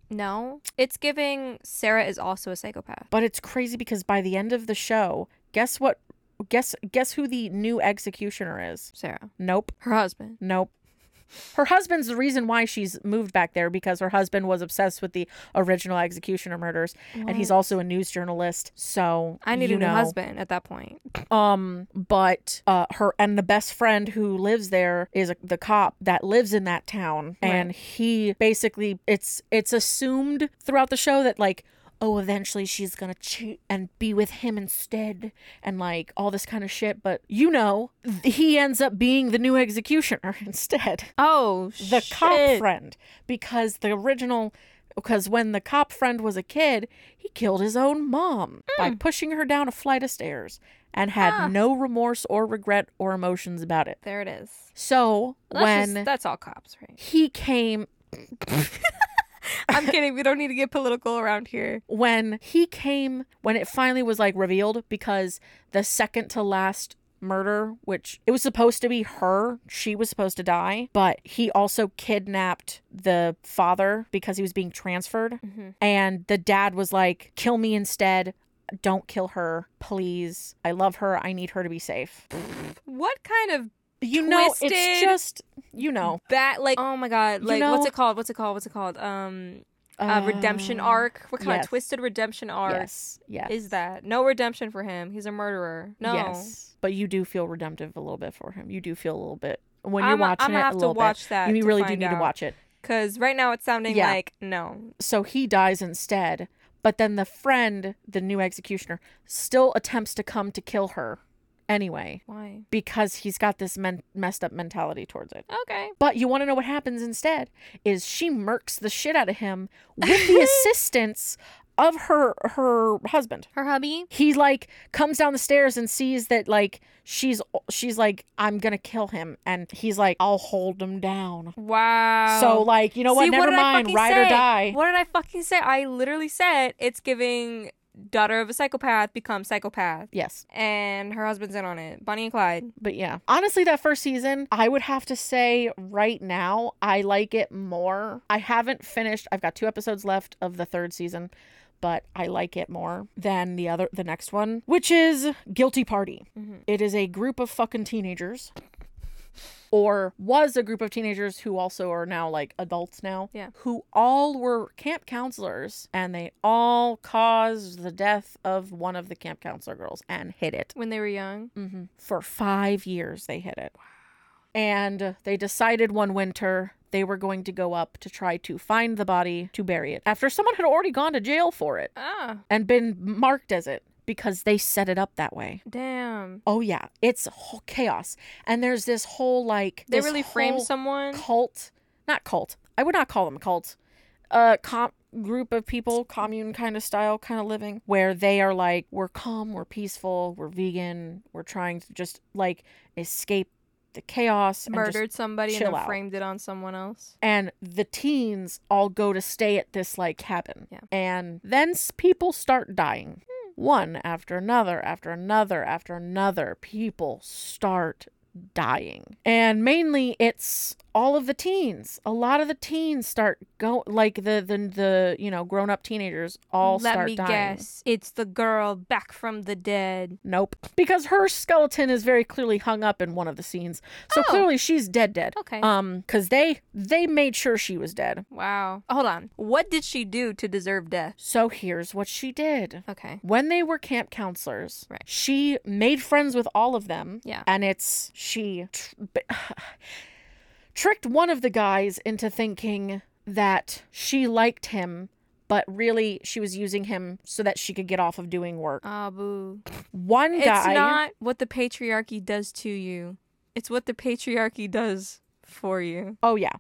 no. It's giving Sarah is also a psychopath. but it's crazy because by the end of the show guess what guess guess who the new executioner is Sarah, nope her husband. nope her husband's the reason why she's moved back there because her husband was obsessed with the original executioner murders and he's also a news journalist so I need you a new know. husband at that point. um but uh her and the best friend who lives there is a, the cop that lives in that town and Right. he basically it's it's assumed throughout the show that like oh eventually she's gonna cheat and be with him instead and like all this kind of shit but you know th- he ends up being the new executioner instead Oh, the shit. cop friend because the original because when the cop friend was a kid he killed his own mom by pushing her down a flight of stairs and had Mm. Ah. no remorse or regret or emotions about it There it is. so That's when just- that's all cops, right? he came I'm kidding. We don't need to get political around here. when he came when it finally was like revealed because the second to last murder which it was supposed to be her she was supposed to die but he also kidnapped the father because he was being transferred Mhm. and the dad was like kill me instead don't kill her please i love her i need her to be safe What kind of you know it's Twisted. just you know bat? Like, oh my god! You Like, know- what's it called? What's it called? What's it called? Um, a redemption uh, arc. What kind yes. of twisted redemption arc yes yes is that? No redemption for him. He's a murderer. No. Yes. But you do feel redemptive a little bit for him. You do feel a little bit when you're I'm, watching I'm it gonna a have to little watch bit. that. you to really do find need to out. watch it. Cause right now it's sounding Yeah. like no. So he dies instead, but then the friend, the new executioner, still attempts to come to kill her anyway Why? because he's got this men- messed up mentality towards it. Okay. But you want to know what happens instead is she murks the shit out of him with the assistance of her her husband. Her hubby. he like comes down the stairs and sees that like she's she's like i'm gonna kill him and he's like i'll hold him down Wow. so like you know what Oh. See, never did I mind fucking ride or say? die What did I fucking say? I literally said it's giving daughter of a psychopath become psychopath. yes And her husband's in on it. Bonnie and Clyde. but yeah honestly that first season i would have to say right now i like it more i haven't finished i've got two episodes left of the third season but i like it more than the other the next one which is guilty party Mhm. It is a group of fucking teenagers, or was a group of teenagers who also are now like adults now, Yeah. who all were camp counselors and they all caused the death of one of the camp counselor girls and hid it. When they were young. Mm-hmm. For five years, they hid it. And they decided one winter they were going to go up to try to find the body to bury it after someone had already gone to jail for it Ah, and been marked as it because they set it up that way. damn. Oh yeah, it's whole chaos, and there's this whole like They this really framed whole someone. cult, not cult. I would not call them a cult. A com- group of people, commune kind of style, kind of living, where they are like, we're calm, we're peaceful, we're vegan, we're trying to just like escape the chaos. and just- murdered somebody and chill then out. framed it on someone else. and the teens all go to stay at this like cabin. Yeah. And then s- people start dying. One after another, after another, after another, people start dying. And mainly it's all of the teens. A lot of the teens start go like the the, the you know, grown-up teenagers all Let start me dying. guess. It's the girl back from the dead. Nope. Because her skeleton is very clearly hung up in one of the scenes. So Oh. clearly she's dead dead. Okay. Um cuz they they made sure she was dead. Wow. Hold on. What did she do to deserve death? So here's what she did. Okay. When they were camp counselors, Right. she made friends with all of them. Yeah. And it's she tr- b- tricked one of the guys into thinking that she liked him, but really she was using him so that she could get off of doing work. Ah, boo. One It's guy. not what the patriarchy does to you. It's what the patriarchy does for you. Oh yeah.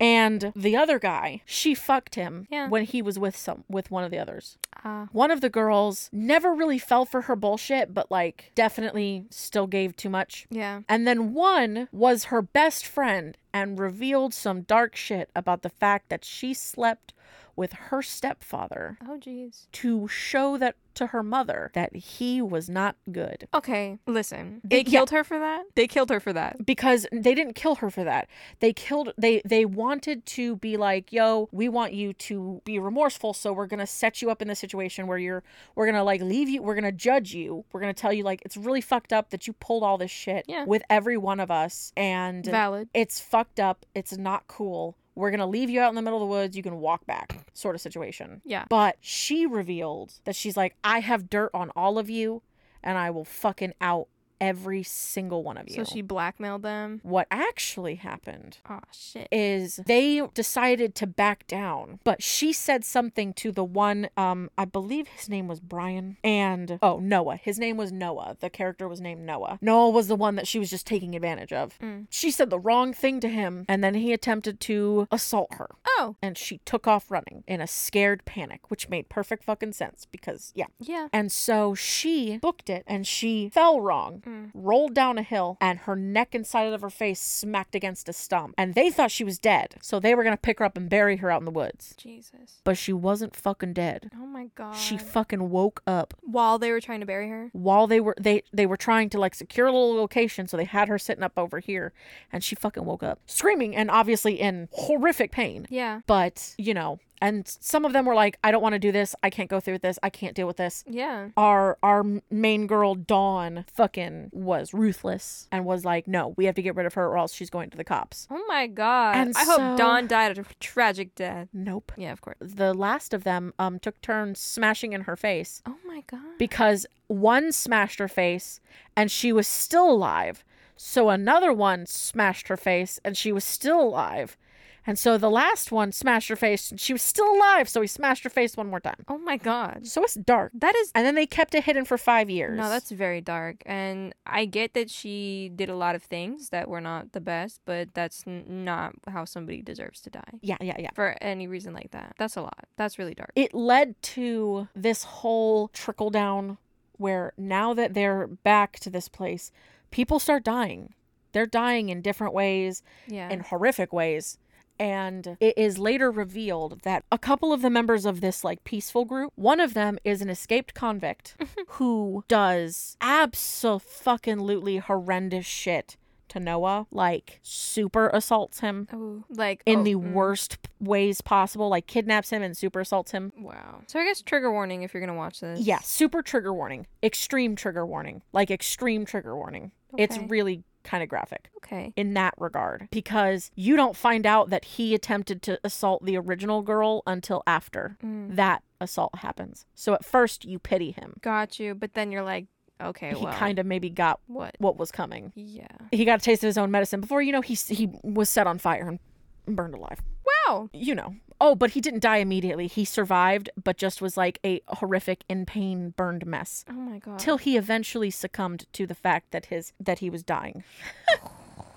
and the other guy, she fucked him Yeah. when he was with some with one of the others. Ah. One of the girls never really fell for her bullshit, but like definitely still gave too much. yeah. And then one was her best friend and revealed some dark shit about the fact that she slept with her stepfather Oh, jeez. to show that to her mother that he was not good. Okay, listen. They It- yeah. killed her for that? They killed her for that. because they didn't kill her for that they killed they they wanted to be like yo we want you to be remorseful so we're gonna set you up in this situation where you're we're gonna like leave you we're gonna judge you we're gonna tell you like it's really fucked up that you pulled all this shit Yeah. with every one of us and Valid. it's fucked up it's not cool we're gonna leave you out in the middle of the woods you can walk back sort of situation Yeah. but she revealed that she's like i have dirt on all of you and i will fucking out every single one of you So she blackmailed them. what actually happened Oh, shit. is they decided to back down, but she said something to the one, um, I believe his name was Brian, and oh, Noah. His name was Noah. The character was named Noah. Noah was the one that she was just taking advantage of. Mm. She said the wrong thing to him, and then he attempted to assault her. Oh, And she took off running in a scared panic, which made perfect fucking sense because, yeah. yeah. And so she booked it and she fell wrong, rolled down a hill, and her neck and side of her face smacked against a stump. And they thought she was dead, so they were gonna pick her up and bury her out in the woods. Jesus. But she wasn't fucking dead. Oh, my God. She fucking woke up While they were trying to bury her? while they were they they were trying to like secure a little location, so they had her sitting up over here, and she fucking woke up screaming and obviously in horrific pain Yeah. but you know and some of them were like i don't want to do this i can't go through with this i can't deal with this Yeah. our our main girl dawn fucking was ruthless and was like no we have to get rid of her or else she's going to the cops Oh, my God. And I so- hope Dawn died a tragic death. nope Yeah, of course. the last of them um took turns smashing in her face Oh, my God. because one smashed her face and she was still alive so another one smashed her face and she was still alive and so the last one smashed her face and she was still alive so he smashed her face one more time oh, my God. so it's dark That is and then they kept it hidden for five years No, that's very dark. And I get that she did a lot of things that were not the best, but that's n- not how somebody deserves to die yeah yeah yeah for any reason like that. That's a lot. That's really dark. it led to this whole trickle down where now that they're back to this place, people start dying. They're dying in different ways, Yeah. in horrific ways. And it is later revealed that a couple of the members of this like peaceful group, one of them is an escaped convict Mhm. who does absolutely horrendous shit to Noah, like super assaults him oh, like in oh, the mm, worst ways possible, like kidnaps him and super assaults him. Wow. So I guess trigger warning if you're gonna watch this. Yeah, super trigger warning. Extreme trigger warning. Like extreme trigger warning. It's Okay. really kind of graphic Okay. in that regard because you don't find out that he attempted to assault the original girl until after Mm, that assault happens. So at first you pity him. got you. But then you're like, okay, he well, kind of maybe got what? what was coming. Yeah. He got a taste of his own medicine before you know he he was set on fire and burned alive. Wow. you know. Oh, but he didn't die immediately. He survived, but just was like a horrific, in pain, burned mess. Oh my god. Till he eventually succumbed to the fact that his that he was dying.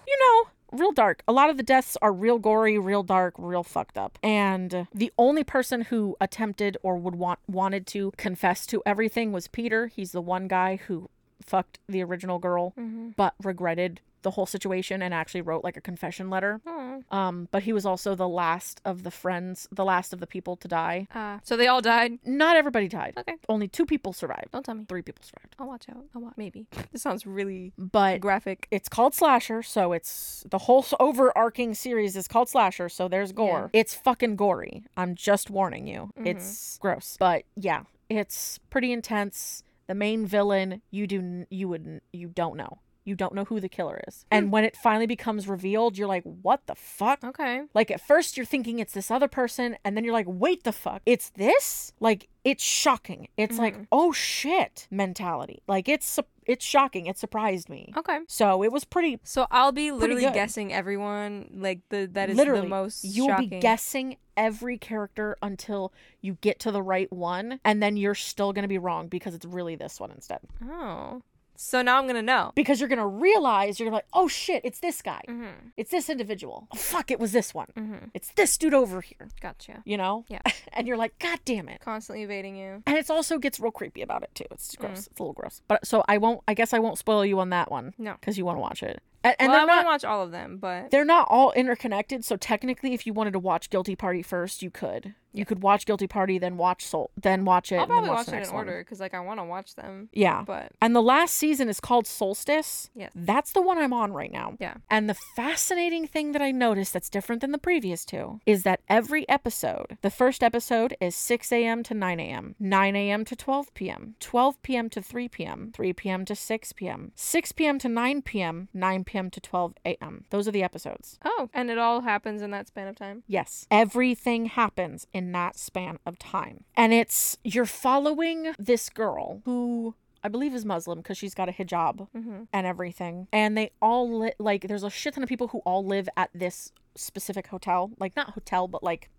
you know, real dark. A lot of the deaths are real gory, real dark, real fucked up. And the only person who attempted or would want wanted to confess to everything was Peter. He's the one guy who fucked the original girl, Mhm. but regretted the whole situation and actually wrote like a confession letter. Oh. Um, but he was also the last of the friends, the last of the people to die. Uh, so they all died. Not everybody died. Okay. Only two people survived. Don't tell me. Three people survived. I'll watch out. I'll watch. Maybe. This sounds really But graphic. it's called slasher, so it's the whole s- overarching series is called slasher, so there's gore. It's fucking gory. I'm just warning you. It's gross. But yeah, it's pretty intense. The main villain, you do n- you would n- you don't know. You don't know who the killer is. And when it finally becomes revealed, you're like, "What the fuck?" Okay. Like at first you're thinking it's this other person and then you're like, "Wait the fuck. It's this?" Like it's shocking. It's like, "Oh shit." mentality. Like it's su- it's shocking. It surprised me. Okay. So it was pretty So I'll be literally good. guessing everyone like the that is literally the most you'll shocking. be guessing every character until you get to the right one and then you're still going to be wrong because it's really this one instead. oh, So now I'm gonna know. because you're gonna realize you're gonna be like, oh shit, it's this guy, Mm-hmm. it's this individual. Oh fuck, it was this one. Mm-hmm. It's this dude over here. Gotcha. You know? Yeah. and you're like, god damn it. Constantly evading you. And it's also gets real creepy about it too. It's gross. It's a little gross. But so I won't. I guess I won't spoil you on that one. Mm. No. because you want to watch it. And, and well, I they're not. want to watch all of them, but they're not all interconnected. So technically, if you wanted to watch Guilty Party first, you could. You could watch Guilty Party, then watch Soul, then watch it. I'll and then probably watch, watch the it in next one. order because like I want to watch them. Yeah. But And the last season is called Solstice. Yes. That's the one I'm on right now. Yeah. And the fascinating thing that I noticed that's different than the previous two is that every episode, the first episode is 6 a.m. to 9 a.m., 9 a.m. to 12 p.m., 12 p.m. to 3 p.m., 3 p.m. to 6 p.m., 6 p.m. to 9 p.m., 9 p.m. to 12 a.m. Those are the episodes. oh, and it all happens in that span of time. Yes. Everything happens in that span of time. And it's you're following this girl who I believe is Muslim because she's got a hijab Mm-hmm. and everything. And they all li- like there's a shit ton of people who all live at this specific hotel, like not hotel but like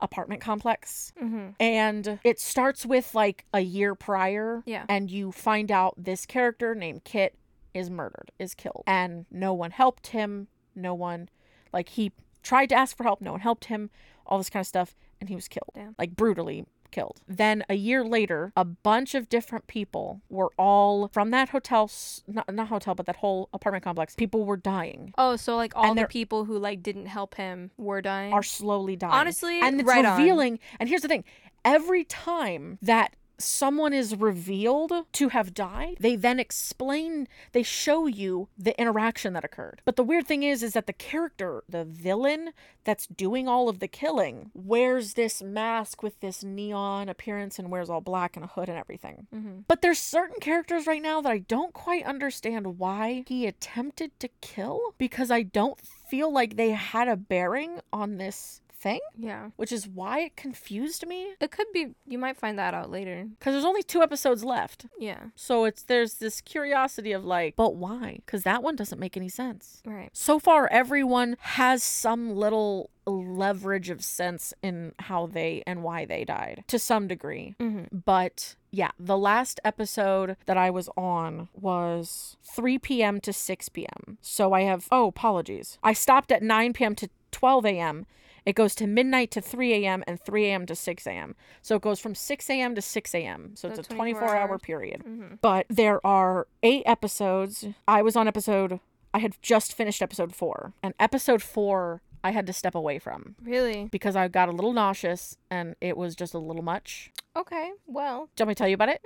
apartment complex. Mm-hmm. And it starts with like a year prior Yeah. and you find out this character named Kit is murdered, is killed. And no one helped him, no one like he tried to ask for help, no one helped him, all this kind of stuff and he was killed. Damn. Like brutally killed. Then a year later, a bunch of different people were all from that hotel s- not, not hotel but that whole apartment complex. People were dying. Oh, so like all the they're- people who like didn't help him were dying. are slowly dying. Honestly, and it's right on. revealing. And here's the thing: every time that someone is revealed to have died, they then explain, they show you the interaction that occurred. But the weird thing is, is that the character, the villain that's doing all of the killing, wears this mask with this neon appearance and wears all black and a hood and everything. mm-hmm. But there's certain characters right now that I don't quite understand why he attempted to kill because I don't feel like they had a bearing on this thing, Yeah. which is why it confused me It could be. You might find that out later. because there's only two episodes left. Yeah. So it's there's this curiosity of like, but why? Cuz that one doesn't make any sense. Right. So far everyone has some little leverage of sense in how they and why they died to some degree. Mm-hmm. But yeah, the last episode that I was on was 3 p.m. to 6 p.m. So I have, oh, apologies. I stopped at 9 p.m. to 12 a.m. It goes to midnight to 3 a.m. and 3 a.m. to 6 a.m. So it goes from 6 a.m. to 6 a.m. So it's So a 24 24 hour hours. period. Mm-hmm. But there are eight episodes. I was on episode, I had just finished episode four. And episode four, I had to step away from Really? because I got a little nauseous and it was just a little much. Okay. Well. Do you want me to tell you about it?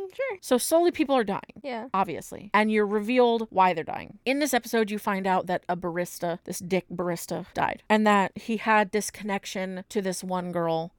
Mm, sure. So slowly people are dying, Yeah. obviously. And you're revealed why they're dying. In this episode, you find out that a barista, this dick barista, died. And that he had this connection to this one girl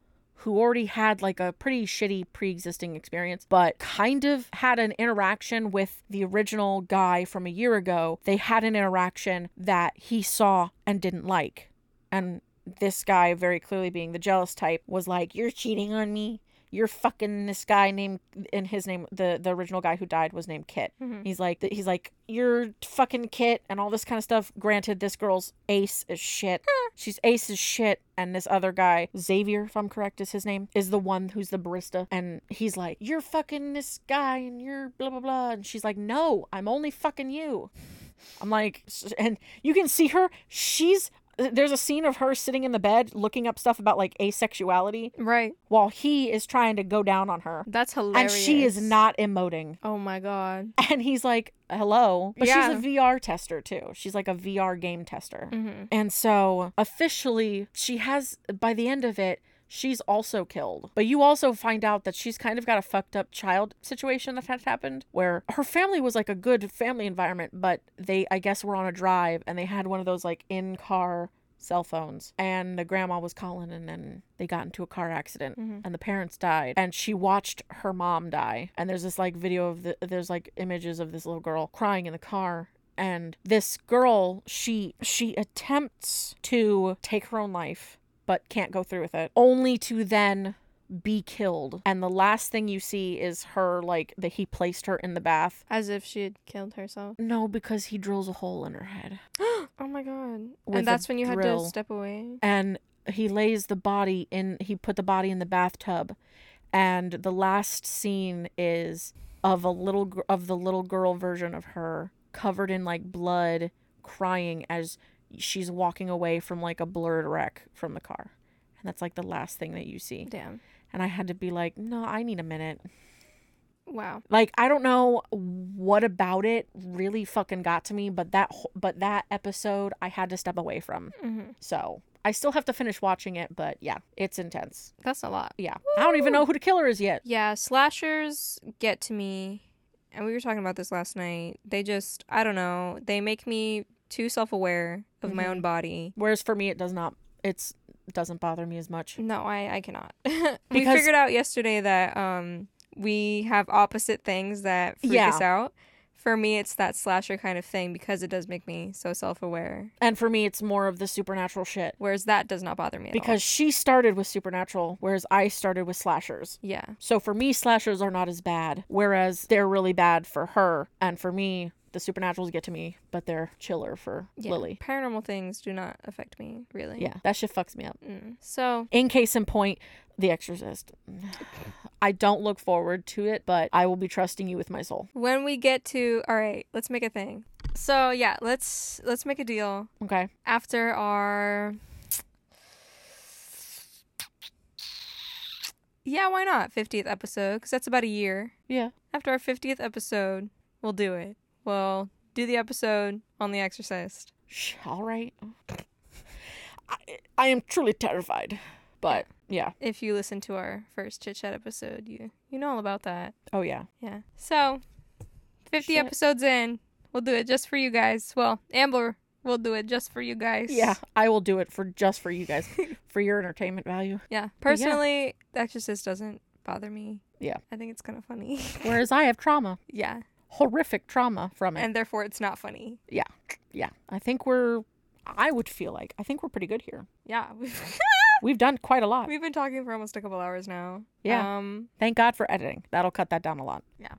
who already had like a pretty shitty pre existing experience, but kind of had an interaction with the original guy from a year ago. They had an interaction that he saw and didn't like. And this guy, very clearly being the jealous type, was like, You're cheating on me. You're fucking this guy named, and his name, the, the original guy who died was named Kit. Mhm. He's like, He's like, You're fucking Kit, and all this kind of stuff. Granted, this girl's ace is shit. She's ace as shit, and this other guy, Xavier, if I'm correct, is his name, is the one who's the barista. And he's like, You're fucking this guy, and you're blah, blah, blah. And she's like, No, I'm only fucking you. I'm like, s- and you can see her. She's, there's a scene of her sitting in the bed looking up stuff about like asexuality Right. while he is trying to go down on her. That's hilarious. And she is not emoting. Oh my god. And he's like, Hello. But Yeah. she's a VR tester too. She's like a VR game tester. Mm-hmm. And so officially, she has, by the end of it, she's also killed. But you also find out that she's kind of got a fucked up child situation that had happened where her family was like a good family environment, but they, I guess, were on a drive and they had one of those like in car cell phones and the grandma was calling and then they got into a car accident Mhm. and the parents died and she watched her mom die and there's this like video of the there's like images of this little girl crying in the car and this girl she she attempts to take her own life but can't go through with it only to then be killed and the last thing you see is her like that he placed her in the bath As if she had killed herself. no because he drills a hole in her head Oh my god. With a and that's when you had drill. to step away. and he lays the body in he put the body in the bathtub and the last scene is of a little gr- of the little girl version of her covered in like blood crying as she's walking away from like a blurred wreck from the car and that's like the last thing that you see Damn. and i had to be like no i need a minute Wow. like i don't know what about it really fucking got to me but that wh- but that episode i had to step away from hmm so i still have to finish watching it but yeah it's intense That's a lot. yeah i don't even know who the killer is yet Yeah, slashers get to me. And we were talking about this last night. They just, I don't know, they make me too self aware of my Mhm. own body. whereas for me it does not it's doesn't bother me as much No, I, I cannot. we Because- figured out yesterday that um we have opposite things that freak Yeah. us out. For me, it's that slasher kind of thing because it does make me so self aware. and for me it's more of the supernatural shit Whereas that does not bother me at all. because she started with supernatural whereas i started with slashers yeah, so for me slashers are not as bad whereas they're really bad for her and for me the supernaturals get to me but they're chiller for yeah. lily Paranormal things do not affect me really. yeah that shit fucks me up Mm. So in case in point the exorcist i don't look forward to it but i will be trusting you with my soul when we get to all right, let's make a thing. So yeah, let's let's make a deal okay after our. Yeah, why not? 50th episode, because that's about a year. yeah After our 50th episode, we'll do it. We'll do the episode on The Exorcist. Shh, all right I, I am truly terrified but yeah If you listen to our first chit chat episode, you you know all about that. oh yeah Yeah. So, 50 Shit. episodes in, we'll do it just for you guys. Well, Amber, we'll do it just for you guys. Yeah, I will do it for just for you guys, for your entertainment value. Yeah. But yeah. Personally, The Exorcist doesn't bother me. Yeah. I think it's kind of funny. Whereas I have trauma, yeah. horrific trauma from it. And therefore, it's not funny. yeah, yeah. I think we're, I would feel like I think we're pretty good here. Yeah. We've, We've done quite a lot. we've been talking for almost a couple hours now. Yeah. Um, Thank God for editing. That'll cut that down a lot. Yeah.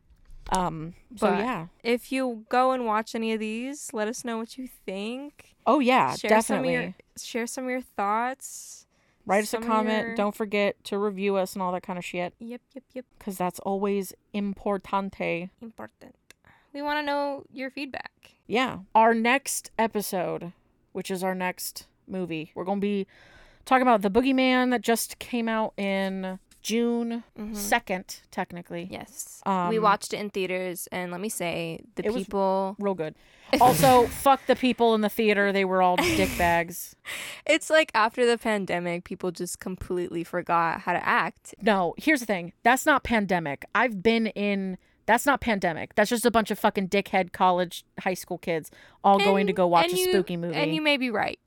Um. So But- yeah. if you go and watch any of these, let us know what you think. Oh yeah, Some of definitely. your, share some of your thoughts. Write us a some of comment. your- Don't forget to review us and all that kind of shit, Yep, yep, yep. because that's always importante. Important. We want to know your feedback. Yeah. Our next episode, which is our next movie, we're going to be talking about The Boogeyman that just came out in June Mm-hmm. 2nd, technically. Yes. we Um, watched it in theaters, and let me say, the It was- people. Real good. Also, fuck the people in the theater. They were all dick bags. It's like after the pandemic, people just completely forgot how to act. No, here's the thing. That's not pandemic. I've been in. That's not pandemic. That's just a bunch of fucking dickhead college, high school kids all going to And- go watch and a you- spooky movie. And you may be right.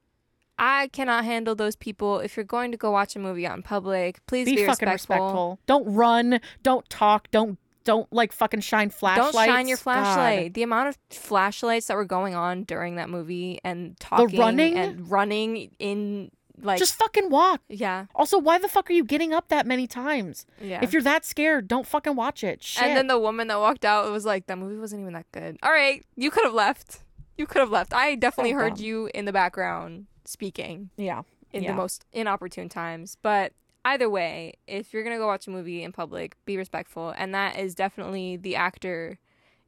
I cannot handle those people. If you're going to go watch a movie out in public, please be, be fucking respectful. respectful. Don't run. Don't talk. Don't don't like fucking shine Don't flashlights. shine your God. flashlight. The amount of flashlights that were going on during that movie and talking running? and running in like Just fucking walk. yeah, Also, why the fuck are you getting up that many times? yeah. If you're that scared, don't fucking watch it. Shit. and then the woman that walked out was like, "That movie wasn't even that good." All right, you could have left. You could have left. I definitely So heard dumb. you in the background speaking. yeah. in Yeah. the most inopportune times. But either way, if you're gonna go watch a movie in public, be respectful, and that is definitely the actor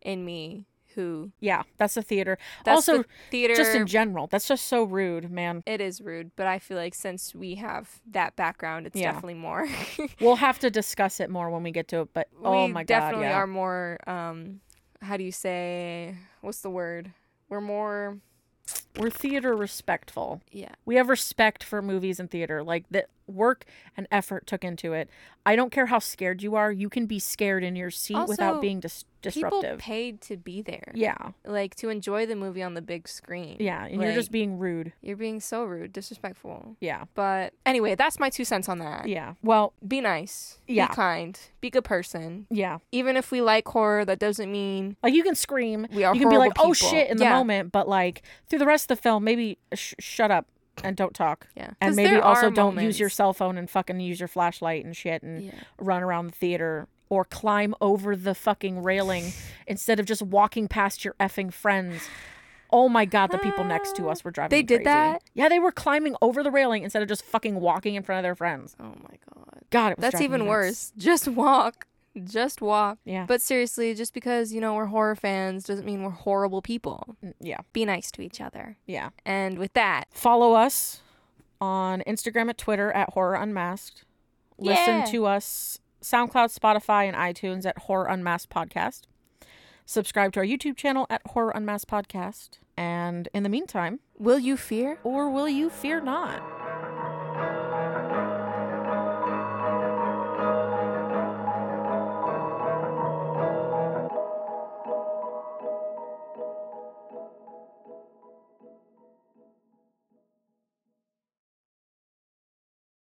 in me who Yeah. That's the theater. that's also, the theater. just in general, that's just so rude, man. it is rude, but I feel like since we have that background, it's Yeah. definitely more. We'll have to discuss it more when we get to it, but oh we my god. definitely Yeah. are more. Um, how do you say? What's the word? We're more. We're theater respectful. Yeah. We have respect for movies and theater. Like the work and effort took into it. I don't care how scared you are. You can be scared in your seat Also, without being dis- People disruptive. paid to be there. yeah. Like to enjoy the movie on the big screen. Yeah. And you're just Like- being rude. You're being so rude, disrespectful. Yeah. But anyway, that's my two cents on that. Yeah. Well, Be nice. Yeah. Be kind. Be a good person. yeah. Even if we like horror, that doesn't mean Like you can scream, we are. you can be like, horrible "Oh people." shit!" in the Yeah. moment, but like through the rest of the film, maybe sh- shut up and don't talk, Yeah. and 'Cause maybe there also are don't use your moments- cell phone and fucking use your flashlight and shit, and Yeah. run around the theater or climb over the fucking railing instead of just walking past your effing friends. Oh my god, the people next to us were driving. They me did crazy. that? Yeah, they were climbing over the railing instead of just fucking walking in front of their friends. Oh my god. God, it was That's driving me even nuts. worse. Just walk. Just walk. Yeah. But seriously, just because, you know, we're horror fans doesn't mean we're horrible people. N- yeah. Be nice to each other. Yeah. And with that, Follow us on Instagram at Twitter at Horror Unmasked. Listen Yeah. to us SoundCloud, Spotify, and iTunes at Horror Unmasked Podcast. Subscribe to our YouTube channel at Horror Unmasked Podcast. And in the meantime, will you fear? or will you fear not?